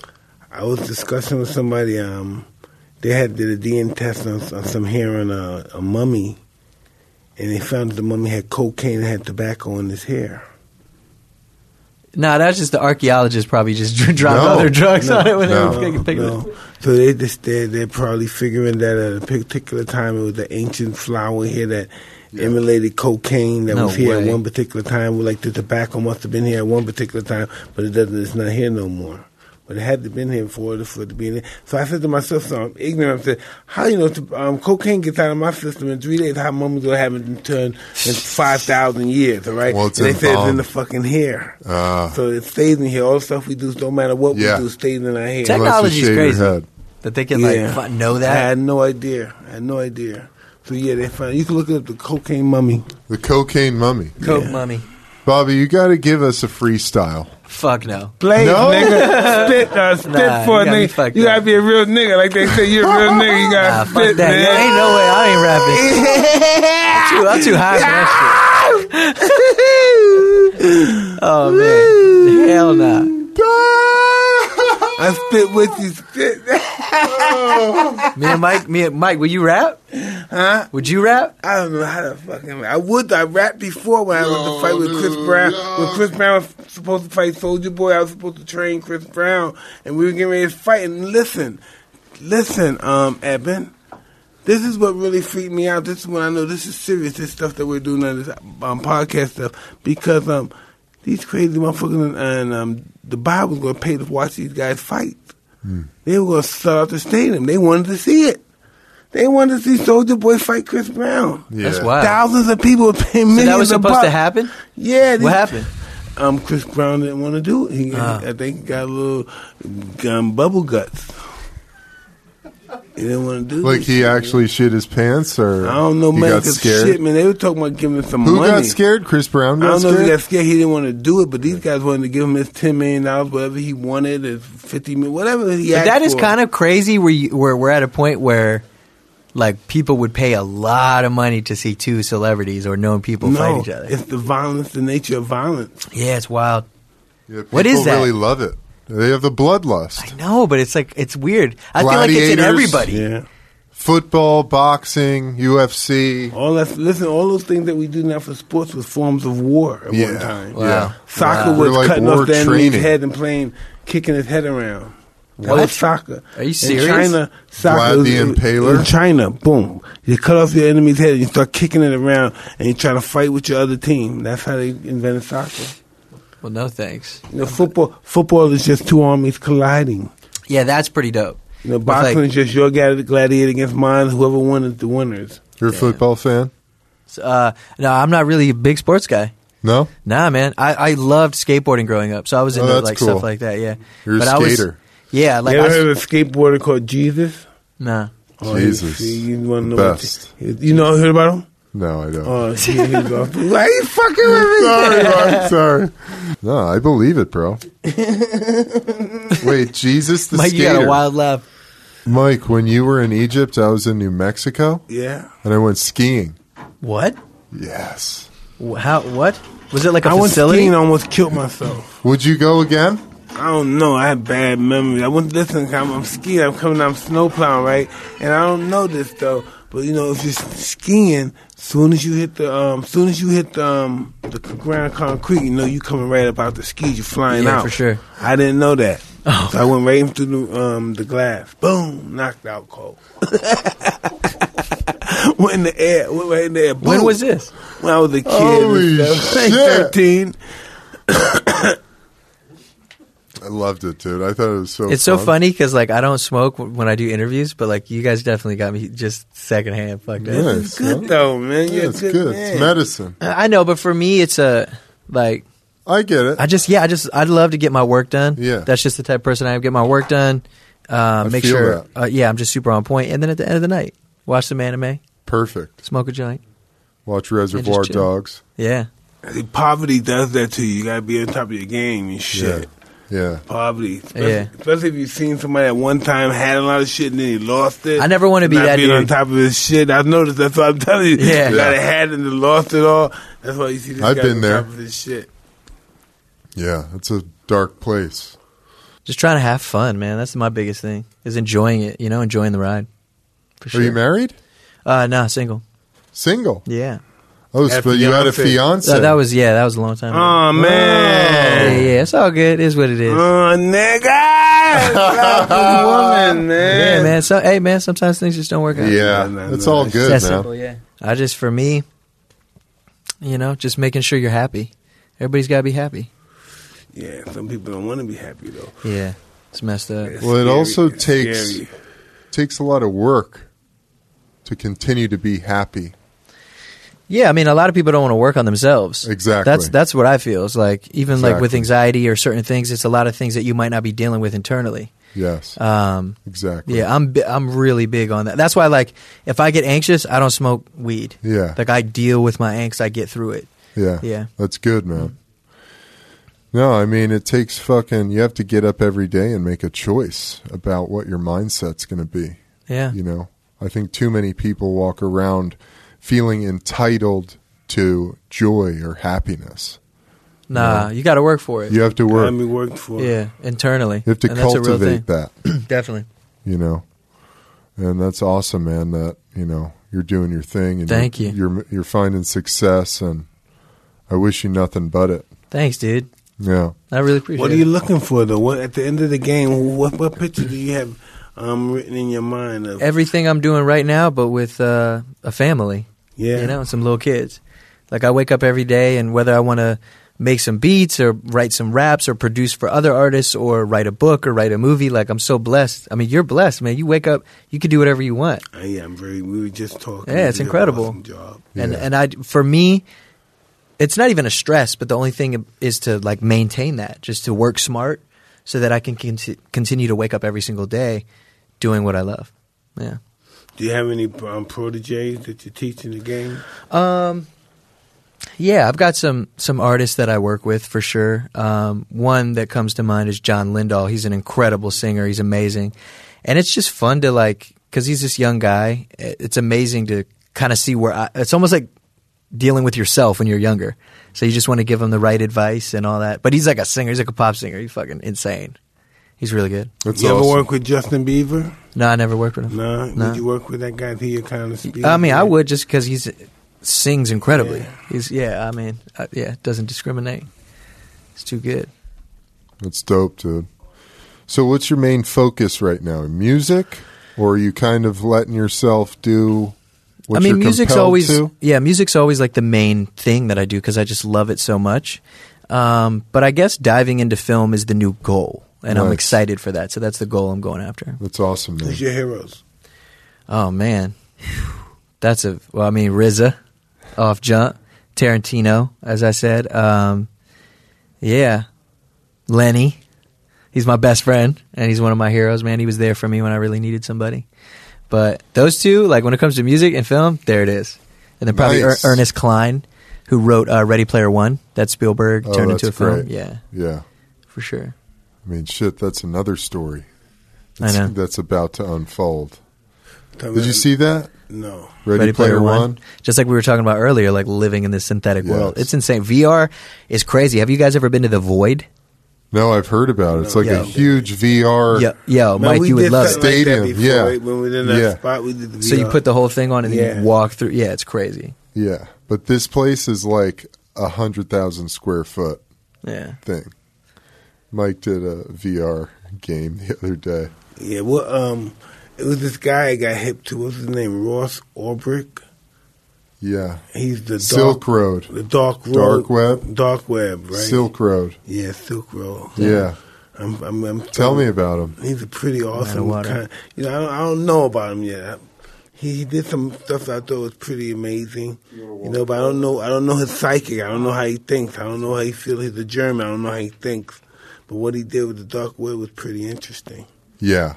[SPEAKER 3] I was discussing with somebody. Um, they had did a DNA test on, on some hair on a, a mummy, and they found that the mummy had cocaine and had tobacco in his hair.
[SPEAKER 2] No, that's just the archaeologist probably just dropped
[SPEAKER 1] No.
[SPEAKER 2] other drugs
[SPEAKER 3] No,
[SPEAKER 2] on it when
[SPEAKER 1] no,
[SPEAKER 2] they were picking
[SPEAKER 3] No. So they just they're, they're probably figuring that at a particular time it was the ancient flower here that emulated cocaine that
[SPEAKER 2] No
[SPEAKER 3] was here at
[SPEAKER 2] way.
[SPEAKER 3] one particular time. Well, like the tobacco must have been here at one particular time, but it doesn't. It's not here no more. But it had to been here for it for it to be in there. So I said to myself, so I'm ignorant. I said, how you know to, um, cocaine gets out of my system in three days? How mummies gonna have it in turn in five thousand years? All right,
[SPEAKER 1] Well, it's
[SPEAKER 3] and they said it's in
[SPEAKER 1] embalmed.
[SPEAKER 3] the fucking hair.
[SPEAKER 1] Ah.
[SPEAKER 3] so it stays in here. All the stuff we do, no matter what
[SPEAKER 1] Yeah.
[SPEAKER 3] we do, stays in our hair.
[SPEAKER 2] Tech-
[SPEAKER 1] Unless you
[SPEAKER 2] Technology's
[SPEAKER 1] shave your
[SPEAKER 2] crazy.
[SPEAKER 1] head.
[SPEAKER 2] that they can like fi- know
[SPEAKER 3] I
[SPEAKER 2] that.
[SPEAKER 3] had no idea. I had no idea. So yeah, they found. You can look up the cocaine mummy.
[SPEAKER 1] The cocaine mummy.
[SPEAKER 2] Coke mummy.
[SPEAKER 1] Bobby, you gotta give us a freestyle.
[SPEAKER 2] Fuck no.
[SPEAKER 3] Play
[SPEAKER 1] No.
[SPEAKER 3] nigga. Spit, uh, spit
[SPEAKER 2] Nah, you
[SPEAKER 3] for a
[SPEAKER 2] gotta be
[SPEAKER 3] nigga.
[SPEAKER 2] fucked
[SPEAKER 3] You
[SPEAKER 2] up.
[SPEAKER 3] gotta be a real nigga, like they say. You're a real nigga. You
[SPEAKER 2] Nah,
[SPEAKER 3] gotta
[SPEAKER 2] Ah, fuck
[SPEAKER 3] spit,
[SPEAKER 2] that. Yo, ain't no way. I ain't rapping. I'm too, I'm
[SPEAKER 3] man.
[SPEAKER 2] too high for that shit. Oh man. Hell no.
[SPEAKER 3] I spit with you. Spit.
[SPEAKER 2] Me and Mike. Me and Mike. Will you rap? Huh? Would you rap?
[SPEAKER 3] I don't know how to fucking. I would. I rapped before when I was to fight with Chris Brown. When Chris Brown was supposed to fight Soldier Boy, I was supposed to train Chris Brown, and we were getting ready to fight. And listen, Listen, um, Eben, this is what really freaked me out. This is when I know this is serious. This stuff that we're doing on this um, podcast stuff because um, these crazy motherfuckers and um, the Bible was going to pay to watch these guys fight. They were going to start out the stadium. They wanted to see it. They wanted to see Soldier Boy fight Chris Brown.
[SPEAKER 1] Yeah.
[SPEAKER 2] That's wild.
[SPEAKER 3] Thousands of people were paying
[SPEAKER 2] So
[SPEAKER 3] millions.
[SPEAKER 2] that was
[SPEAKER 3] of
[SPEAKER 2] supposed to
[SPEAKER 3] bucks.
[SPEAKER 2] happen.
[SPEAKER 3] Yeah.
[SPEAKER 2] What
[SPEAKER 3] these-
[SPEAKER 2] happened? Uh.
[SPEAKER 3] um, Chris Brown didn't want to do it. He, I think he got a little um, bubble guts. He didn't want to do
[SPEAKER 1] Like
[SPEAKER 3] this
[SPEAKER 1] he
[SPEAKER 3] shit.
[SPEAKER 1] actually shit his pants, or
[SPEAKER 3] I don't know,
[SPEAKER 1] he
[SPEAKER 3] man.
[SPEAKER 1] got
[SPEAKER 3] 'cause
[SPEAKER 1] scared.
[SPEAKER 3] Shit, man, they were talking about giving him some
[SPEAKER 1] Who
[SPEAKER 3] money.
[SPEAKER 1] got scared? Chris Brown
[SPEAKER 3] I
[SPEAKER 1] got
[SPEAKER 3] don't know if
[SPEAKER 1] scared.
[SPEAKER 3] he got scared. He didn't want to do it, but these guys wanted to give him his ten million dollars, whatever he wanted, his fifty million, whatever he.
[SPEAKER 2] But
[SPEAKER 3] asked
[SPEAKER 2] that is
[SPEAKER 3] for.
[SPEAKER 2] kind of crazy. Where you, where we're at a point where like people would pay a lot of money to see two celebrities or known people
[SPEAKER 3] no.
[SPEAKER 2] fight each other.
[SPEAKER 3] It's the violence, the nature of violence.
[SPEAKER 2] yeah, it's wild.
[SPEAKER 1] Yeah,
[SPEAKER 2] What
[SPEAKER 1] people
[SPEAKER 2] is that?
[SPEAKER 1] Really love it. They have the bloodlust.
[SPEAKER 2] I know, but it's like it's weird. I feel like it's in
[SPEAKER 1] Gladiators.
[SPEAKER 2] everybody.
[SPEAKER 3] Yeah,
[SPEAKER 1] Football, boxing, UFC.
[SPEAKER 3] all that. Listen, all those things that we do now for sports was forms of war at
[SPEAKER 1] yeah,
[SPEAKER 3] one time.
[SPEAKER 2] Wow.
[SPEAKER 1] yeah.
[SPEAKER 3] Soccer
[SPEAKER 2] Wow.
[SPEAKER 3] was
[SPEAKER 1] We're like
[SPEAKER 3] cutting
[SPEAKER 1] war
[SPEAKER 3] off the enemy's
[SPEAKER 1] training.
[SPEAKER 3] head and playing, kicking his head around. That
[SPEAKER 2] What?
[SPEAKER 3] was soccer.
[SPEAKER 2] Are you
[SPEAKER 3] In
[SPEAKER 2] serious?
[SPEAKER 3] China, soccer.
[SPEAKER 1] Vlad the Impaler?
[SPEAKER 3] In China, boom. You cut off your enemy's head and you start kicking it around and you try to fight with your other team. That's how they invented soccer.
[SPEAKER 2] Well, no thanks.
[SPEAKER 3] You know, football, football is just two armies colliding.
[SPEAKER 2] Yeah, that's pretty dope.
[SPEAKER 3] You know,
[SPEAKER 2] With,
[SPEAKER 3] boxing
[SPEAKER 2] like,
[SPEAKER 3] is just your gladi- gladiator against mine. Whoever wins is the winners.
[SPEAKER 1] You're a
[SPEAKER 2] Damn.
[SPEAKER 1] football fan?
[SPEAKER 2] Uh, no, I'm not really a big sports guy.
[SPEAKER 1] No,
[SPEAKER 2] Nah, man, I, I loved skateboarding growing up, so I was
[SPEAKER 1] Oh,
[SPEAKER 2] into
[SPEAKER 1] that's
[SPEAKER 2] like
[SPEAKER 1] cool.
[SPEAKER 2] stuff like that. Yeah,
[SPEAKER 1] You're a
[SPEAKER 2] I was-
[SPEAKER 1] skater.
[SPEAKER 2] yeah, like
[SPEAKER 3] you
[SPEAKER 2] I,
[SPEAKER 3] ever heard of a skateboarder called Jesus?
[SPEAKER 2] nah.
[SPEAKER 1] Jesus.
[SPEAKER 3] Oh, you, you, wanna
[SPEAKER 1] The
[SPEAKER 3] know what-
[SPEAKER 1] best.
[SPEAKER 3] you know, heard about him?
[SPEAKER 1] no, I don't.
[SPEAKER 2] Uh,
[SPEAKER 3] Oh, shit, here you go. Why you fucking with me?
[SPEAKER 1] sorry, Mark, sorry. No, I believe it, bro. Wait, Jesus the
[SPEAKER 2] Mike, you
[SPEAKER 1] skater.
[SPEAKER 2] got a wild laugh.
[SPEAKER 1] Mike, when you were in Egypt, I was in New Mexico,
[SPEAKER 3] Yeah.
[SPEAKER 1] and I went skiing.
[SPEAKER 2] What?
[SPEAKER 1] Yes.
[SPEAKER 2] Wh- How? What? Was it like a
[SPEAKER 3] I went
[SPEAKER 2] facility?
[SPEAKER 3] skiing and almost killed myself.
[SPEAKER 1] Would you go again?
[SPEAKER 3] I don't know. I had bad memories. I went listen. I'm, I'm skiing. I'm coming. I'm snowplowing, right? And I don't know this though. But you know, if you're skiing, soon as you hit the, um, soon as you hit the, um, the ground concrete, you know you coming right up out the skis. You're flying
[SPEAKER 2] Yeah,
[SPEAKER 3] out
[SPEAKER 2] for sure. Oh.
[SPEAKER 3] I didn't know that. So I went right through the, um, the glass. Boom! Knocked out cold. went in the air. Went right in the air.
[SPEAKER 2] when
[SPEAKER 3] Boom.
[SPEAKER 2] was this?
[SPEAKER 3] When I was a kid,
[SPEAKER 1] Holy
[SPEAKER 3] and stuff, like
[SPEAKER 1] shit.
[SPEAKER 3] thirteen.
[SPEAKER 1] I loved it, dude. I thought it was so
[SPEAKER 2] It's so
[SPEAKER 1] fun.
[SPEAKER 2] funny because like I don't smoke w- when I do interviews, but like you guys definitely got me just secondhand fucked up.
[SPEAKER 1] Yeah,
[SPEAKER 3] It's good though, man.
[SPEAKER 1] Yeah,
[SPEAKER 3] You're a
[SPEAKER 1] it's good. It's
[SPEAKER 3] man.
[SPEAKER 1] medicine.
[SPEAKER 2] I I know, but for me, it's a like
[SPEAKER 1] I get it.
[SPEAKER 2] I just yeah, I just I'd love to get my work done.
[SPEAKER 1] Yeah.
[SPEAKER 2] that's just the type of person I am. Get my work done. Uh, make
[SPEAKER 1] feel
[SPEAKER 2] sure. Uh, yeah, I'm just super on point. And then at the end of the night, watch some anime,
[SPEAKER 1] Perfect.
[SPEAKER 2] smoke a joint.
[SPEAKER 1] Watch Reservoir
[SPEAKER 2] chill.
[SPEAKER 1] Dogs.
[SPEAKER 2] Yeah,
[SPEAKER 3] See, poverty does that to you. You gotta be on top of your game and shit.
[SPEAKER 1] Yeah.
[SPEAKER 3] Poverty, especially,
[SPEAKER 2] Yeah.
[SPEAKER 3] especially if you've seen somebody at one time had a lot of shit and then he lost it.
[SPEAKER 2] I never want to be
[SPEAKER 3] Not
[SPEAKER 2] that
[SPEAKER 3] being
[SPEAKER 2] dude.
[SPEAKER 3] on top of his shit. I've noticed. That's what I'm telling you.
[SPEAKER 2] Yeah.
[SPEAKER 3] you gotta had it and then lost it all. That's why you see this
[SPEAKER 1] I've
[SPEAKER 3] guy
[SPEAKER 1] been
[SPEAKER 3] on
[SPEAKER 1] there.
[SPEAKER 3] top of his shit.
[SPEAKER 1] Yeah. It's a dark place.
[SPEAKER 2] Just trying to have fun, man. That's my biggest thing is enjoying it. You know, enjoying the ride. For sure.
[SPEAKER 1] Are you married?
[SPEAKER 2] Uh, no, single.
[SPEAKER 1] Single.
[SPEAKER 2] Yeah, Uh,
[SPEAKER 1] Oh,
[SPEAKER 3] Had a
[SPEAKER 1] but you had a
[SPEAKER 3] fiancé.
[SPEAKER 1] fiance.
[SPEAKER 2] that, that was yeah, that was a long time. ago. yeah,
[SPEAKER 3] Oh man.
[SPEAKER 2] yeah, it's all good. It is what it is.
[SPEAKER 3] Oh, nigga! Stop this woman, man.
[SPEAKER 2] yeah, man. So hey, man. Sometimes things just don't work out.
[SPEAKER 1] yeah.
[SPEAKER 3] No, no,
[SPEAKER 1] it's
[SPEAKER 3] no.
[SPEAKER 1] all
[SPEAKER 3] It's
[SPEAKER 1] good,
[SPEAKER 2] It's
[SPEAKER 1] man.
[SPEAKER 2] that simple, yeah. I just for me, you know, just making sure you're happy. Everybody's got to be happy.
[SPEAKER 3] Yeah, some people don't want to be happy though.
[SPEAKER 2] Yeah, it's messed up.
[SPEAKER 3] It's
[SPEAKER 1] Well, it
[SPEAKER 3] scary.
[SPEAKER 1] also
[SPEAKER 3] It's
[SPEAKER 1] takes-
[SPEAKER 3] scary.
[SPEAKER 1] takes a lot of work to continue to be happy.
[SPEAKER 2] Yeah, I mean, a lot of people don't want to work on themselves.
[SPEAKER 1] Exactly.
[SPEAKER 2] That's that's what I feel. It's like even like with
[SPEAKER 1] Exactly.
[SPEAKER 2] anxiety or certain things, it's a lot of things that you might not be dealing with internally.
[SPEAKER 1] Yes,
[SPEAKER 2] Um,
[SPEAKER 1] exactly.
[SPEAKER 2] yeah, I'm bi- I'm really big on that. That's why like if I get anxious, I don't smoke weed.
[SPEAKER 1] Yeah.
[SPEAKER 2] like I deal with my angst. I get through it.
[SPEAKER 1] yeah,
[SPEAKER 2] yeah.
[SPEAKER 1] That's good, man. No, I mean it takes fucking. You have to get up every day and make a choice about what your mindset's going to be.
[SPEAKER 2] Yeah,
[SPEAKER 1] You know, I think too many people walk around feeling entitled to joy or happiness.
[SPEAKER 2] nah, you got to work for it.
[SPEAKER 1] You have to work.
[SPEAKER 3] Gotta be worked for.
[SPEAKER 2] Yeah, internally.
[SPEAKER 1] you have to
[SPEAKER 2] and that's a real
[SPEAKER 1] cultivate
[SPEAKER 2] thing.
[SPEAKER 1] that.
[SPEAKER 2] Definitely.
[SPEAKER 1] you know and that's awesome man that you know you're doing your thing and
[SPEAKER 2] Thank
[SPEAKER 1] you're,
[SPEAKER 2] you.
[SPEAKER 1] you're you're finding success and i wish you nothing but it
[SPEAKER 2] Thanks, dude.
[SPEAKER 1] yeah
[SPEAKER 2] I really appreciate
[SPEAKER 3] What are
[SPEAKER 2] it.
[SPEAKER 3] you looking for though? What at the end of the game? What what picture do you have um, written in your mind of
[SPEAKER 2] Everything I'm doing right now, but with uh, a family.
[SPEAKER 3] yeah,
[SPEAKER 2] you know, some little kids. Like I wake up every day, and whether I want to make some beats or write some raps or produce for other artists or write a book or write a movie, like I'm so blessed. I mean, you're blessed, man. You wake up, you can do whatever you want,
[SPEAKER 3] Uh, yeah, I'm very. We were just talking.
[SPEAKER 2] Yeah, it's
[SPEAKER 3] You did an
[SPEAKER 2] incredible.
[SPEAKER 3] awesome job.
[SPEAKER 2] and
[SPEAKER 1] Yeah.
[SPEAKER 2] and I for me. It's not even a stress, but the only thing is to like maintain that, just to work smart, so that I can conti- continue to wake up every single day, doing what I love. Yeah.
[SPEAKER 3] Do you have any um, proteges that you're teaching the game?
[SPEAKER 2] Um, yeah, I've got some some artists that I work with for sure. Um, one that comes to mind is John Lindahl. He's an incredible singer. He's amazing, and it's just fun to like because he's this young guy. i- It's amazing to kind of see where I, it's almost like dealing with yourself when you're younger. So you just want to give him the right advice and all that. But he's like a singer. He's like a pop singer. He's fucking insane. He's really good.
[SPEAKER 1] That's
[SPEAKER 3] you ever
[SPEAKER 1] awesome.
[SPEAKER 3] work with Justin Bieber?
[SPEAKER 2] No, I never worked with him.
[SPEAKER 3] No.
[SPEAKER 2] No.
[SPEAKER 3] Would you work with that guy to your kind of speed?
[SPEAKER 2] I mean, I would just because he's sings incredibly.
[SPEAKER 3] Yeah.
[SPEAKER 2] He's yeah. I mean, uh, yeah, doesn't discriminate. It's too good.
[SPEAKER 1] That's dope, dude. So, what's your main focus right now? Music, or are you kind of letting yourself do? What
[SPEAKER 2] I mean,
[SPEAKER 1] you're
[SPEAKER 2] music's
[SPEAKER 1] compelled
[SPEAKER 2] always
[SPEAKER 1] to?
[SPEAKER 2] yeah, music's always like the main thing that I do because I just love it so much. Um, but I guess diving into film is the new goal, and I'm
[SPEAKER 1] Nice.
[SPEAKER 2] excited for that. So that's the goal I'm going after.
[SPEAKER 1] That's awesome, man.
[SPEAKER 3] Who's your heroes?
[SPEAKER 2] Oh man, that's a well. I mean, RZA off jump, Tarantino, as I said. Um, yeah, Lenny. He's my best friend, and he's one of my heroes. Man, he was there for me when I really needed somebody. But those two, like when it comes to music and film, there it is. And then probably
[SPEAKER 1] Nice.
[SPEAKER 2] er- Ernest Klein, who wrote uh, Ready Player One, that Spielberg
[SPEAKER 1] Oh,
[SPEAKER 2] turned
[SPEAKER 1] that's
[SPEAKER 2] into a film.
[SPEAKER 1] great.
[SPEAKER 2] Yeah,
[SPEAKER 1] Yeah,
[SPEAKER 2] for sure.
[SPEAKER 1] I mean, shit. That's another story.
[SPEAKER 2] I
[SPEAKER 1] That's,
[SPEAKER 2] know.
[SPEAKER 1] that's about to unfold.
[SPEAKER 3] Tell
[SPEAKER 1] Did
[SPEAKER 3] me-
[SPEAKER 1] you see that?
[SPEAKER 3] No.
[SPEAKER 1] Ready, Player, One.
[SPEAKER 2] Just like we were talking about earlier, like living in this synthetic
[SPEAKER 1] Yes.
[SPEAKER 2] world. It's insane. VR is crazy. Have you guys ever been to the void?
[SPEAKER 1] No, I've heard about it. It's like
[SPEAKER 2] Yeah.
[SPEAKER 1] a huge VR.
[SPEAKER 2] Yo, yo
[SPEAKER 3] Man,
[SPEAKER 2] Oh, Mike,
[SPEAKER 3] we
[SPEAKER 2] you would
[SPEAKER 3] did
[SPEAKER 2] love
[SPEAKER 3] something
[SPEAKER 2] it.
[SPEAKER 1] that. Stadium,
[SPEAKER 3] Like that before,
[SPEAKER 1] yeah.
[SPEAKER 3] right? When we did that
[SPEAKER 1] Yeah.
[SPEAKER 3] spot, we did the
[SPEAKER 2] So you
[SPEAKER 3] VR.
[SPEAKER 2] put the whole thing on and then
[SPEAKER 3] Yeah.
[SPEAKER 2] you walk through. Yeah, it's crazy.
[SPEAKER 1] Yeah, but this place is like a hundred thousand square foot
[SPEAKER 2] Yeah.
[SPEAKER 1] thing. Mike did a VR game the other day.
[SPEAKER 3] Yeah, well, um, it was this guy I got hip to. What's his name? Ross Ulbricht.
[SPEAKER 1] Yeah,
[SPEAKER 3] He's the dark,
[SPEAKER 1] Silk Road,
[SPEAKER 3] the dark road,
[SPEAKER 1] Dark Web?
[SPEAKER 3] dark web, right?
[SPEAKER 1] Silk Road.
[SPEAKER 3] yeah, Silk Road.
[SPEAKER 1] Yeah,
[SPEAKER 3] I'm, I'm, I'm
[SPEAKER 1] tell me about him.
[SPEAKER 3] He's a pretty awesome
[SPEAKER 2] water.
[SPEAKER 3] kind. You know, I don't, I don't know about him yet. I, he, he did some stuff that I thought was pretty amazing. You know, but I don't know. I don't know his psychic. I don't know how he thinks. I don't know how he feels. He's a German. I don't know how he thinks. But what he did with the dark web was pretty interesting.
[SPEAKER 1] Yeah,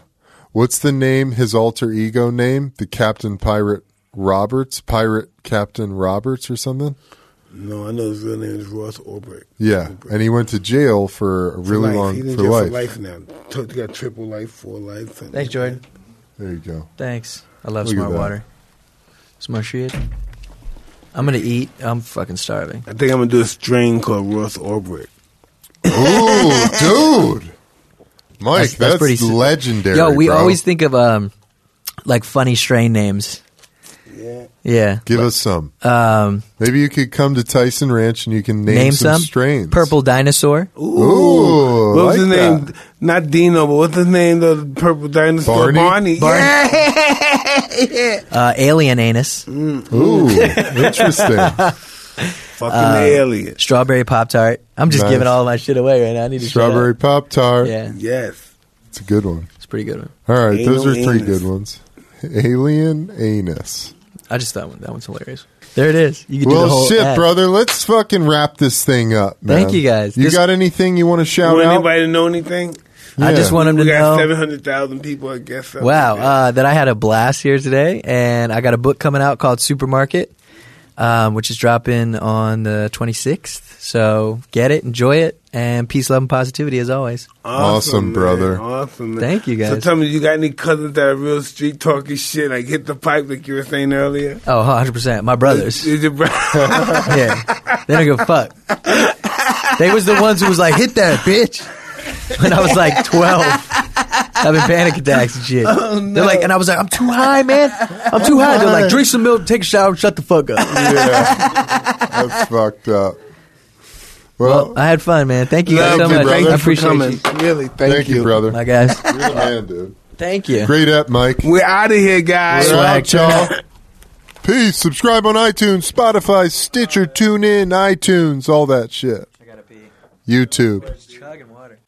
[SPEAKER 1] what's the name? His alter ego name? The Captain Pirate Roberts, Pirate Captain Roberts, or something.
[SPEAKER 3] No, I know his real name is Ross Ulbricht.
[SPEAKER 1] Yeah, and he went to jail for a really
[SPEAKER 3] life.
[SPEAKER 1] long
[SPEAKER 3] He's in
[SPEAKER 1] for
[SPEAKER 3] jail
[SPEAKER 1] life.
[SPEAKER 3] for life now. T- got triple life, four life. something
[SPEAKER 2] Thanks,
[SPEAKER 3] like
[SPEAKER 2] Jordan.
[SPEAKER 3] that.
[SPEAKER 1] There you go.
[SPEAKER 2] Thanks. I love
[SPEAKER 1] Look at
[SPEAKER 2] smart
[SPEAKER 1] that.
[SPEAKER 2] water. Smart shit. I'm going to eat. I'm fucking starving.
[SPEAKER 3] I think I'm gonna do a strain called Ross Ulbricht.
[SPEAKER 1] Ooh, dude. Mike, that's,
[SPEAKER 2] That's- that's pretty si-
[SPEAKER 1] legendary.
[SPEAKER 2] Yo, we
[SPEAKER 1] bro.
[SPEAKER 2] always think of um like funny strain names.
[SPEAKER 3] Yeah.
[SPEAKER 2] Yeah.
[SPEAKER 1] give us some.
[SPEAKER 2] Um
[SPEAKER 1] Maybe you could come to Tyson Ranch and you can name,
[SPEAKER 2] name,
[SPEAKER 1] some,
[SPEAKER 2] some.
[SPEAKER 1] strains.
[SPEAKER 2] Purple dinosaur.
[SPEAKER 3] Ooh.
[SPEAKER 1] Ooh,
[SPEAKER 3] what
[SPEAKER 1] like
[SPEAKER 3] was his name?
[SPEAKER 1] that.
[SPEAKER 3] Not Dino, but what's his name? of The purple dinosaur
[SPEAKER 1] Barney?
[SPEAKER 3] Barney. Yeah.
[SPEAKER 2] Uh alien anus.
[SPEAKER 1] Ooh, interesting.
[SPEAKER 3] Fucking
[SPEAKER 1] Uh,
[SPEAKER 3] alien.
[SPEAKER 2] Strawberry Pop Tart. I'm just
[SPEAKER 1] Nice.
[SPEAKER 2] giving all my shit away right now. I need to shut up.
[SPEAKER 1] Strawberry Pop Tart.
[SPEAKER 2] Yeah,
[SPEAKER 3] Yes.
[SPEAKER 1] It's a good one.
[SPEAKER 2] it's a pretty good one.
[SPEAKER 1] All right,
[SPEAKER 3] Anal
[SPEAKER 1] those are three
[SPEAKER 3] anus.
[SPEAKER 1] good ones. Alien anus.
[SPEAKER 2] I just thought that one's hilarious. There it is. You can do the
[SPEAKER 1] Well,
[SPEAKER 2] whole
[SPEAKER 1] shit,
[SPEAKER 2] ad.
[SPEAKER 1] brother. Let's fucking wrap this thing up, man.
[SPEAKER 2] Thank you, guys.
[SPEAKER 1] You
[SPEAKER 2] This-
[SPEAKER 1] got anything you want to shout
[SPEAKER 3] Want
[SPEAKER 1] out?
[SPEAKER 3] anybody to know anything?
[SPEAKER 2] I just
[SPEAKER 1] Yeah.
[SPEAKER 2] want them to
[SPEAKER 3] We got
[SPEAKER 2] know.
[SPEAKER 3] seven hundred thousand people, I guess. something
[SPEAKER 2] Wow,
[SPEAKER 3] like that.
[SPEAKER 2] uh, that I had a blast here today, and I got a book coming out called Supermarket, um, which is dropping on the 26th. So get it, enjoy it, and peace, love, and positivity as always.
[SPEAKER 1] awesome,
[SPEAKER 3] man.
[SPEAKER 1] brother.
[SPEAKER 3] Awesome. Man.
[SPEAKER 2] Thank you,
[SPEAKER 3] So
[SPEAKER 2] guys.
[SPEAKER 3] tell me, you got any cousins that are real street talking shit? Like hit the pipe, like you were saying earlier.
[SPEAKER 2] Oh, 100%. My brothers.
[SPEAKER 3] Is your bro-
[SPEAKER 2] Yeah. They don't give a fuck. They was the ones who was like, hit that bitch. When I was like 12. Having panic attacks and shit. They're like, and I was like, I'm too high, man. I'm too high. They're like, drink some milk, take a shower, and shut the fuck up.
[SPEAKER 1] Yeah, that's fucked up. Well,
[SPEAKER 2] Well, I had fun, man. Thank you guys
[SPEAKER 1] Love
[SPEAKER 2] so
[SPEAKER 1] you,
[SPEAKER 2] much.
[SPEAKER 1] brother.
[SPEAKER 2] I
[SPEAKER 1] Thank you for
[SPEAKER 2] appreciate
[SPEAKER 3] coming.
[SPEAKER 2] you.
[SPEAKER 3] Really, thank,
[SPEAKER 1] thank, you, brother.
[SPEAKER 2] Bye, guys.
[SPEAKER 1] You're the man, dude.
[SPEAKER 2] Thank you.
[SPEAKER 1] Great app, Mike.
[SPEAKER 3] We're out of here, guys.
[SPEAKER 1] We're out, y'all. Peace. Subscribe on iTunes, Spotify, Stitcher, TuneIn, iTunes, all that shit.
[SPEAKER 2] I gotta pee.
[SPEAKER 1] YouTube.
[SPEAKER 2] Chugging water.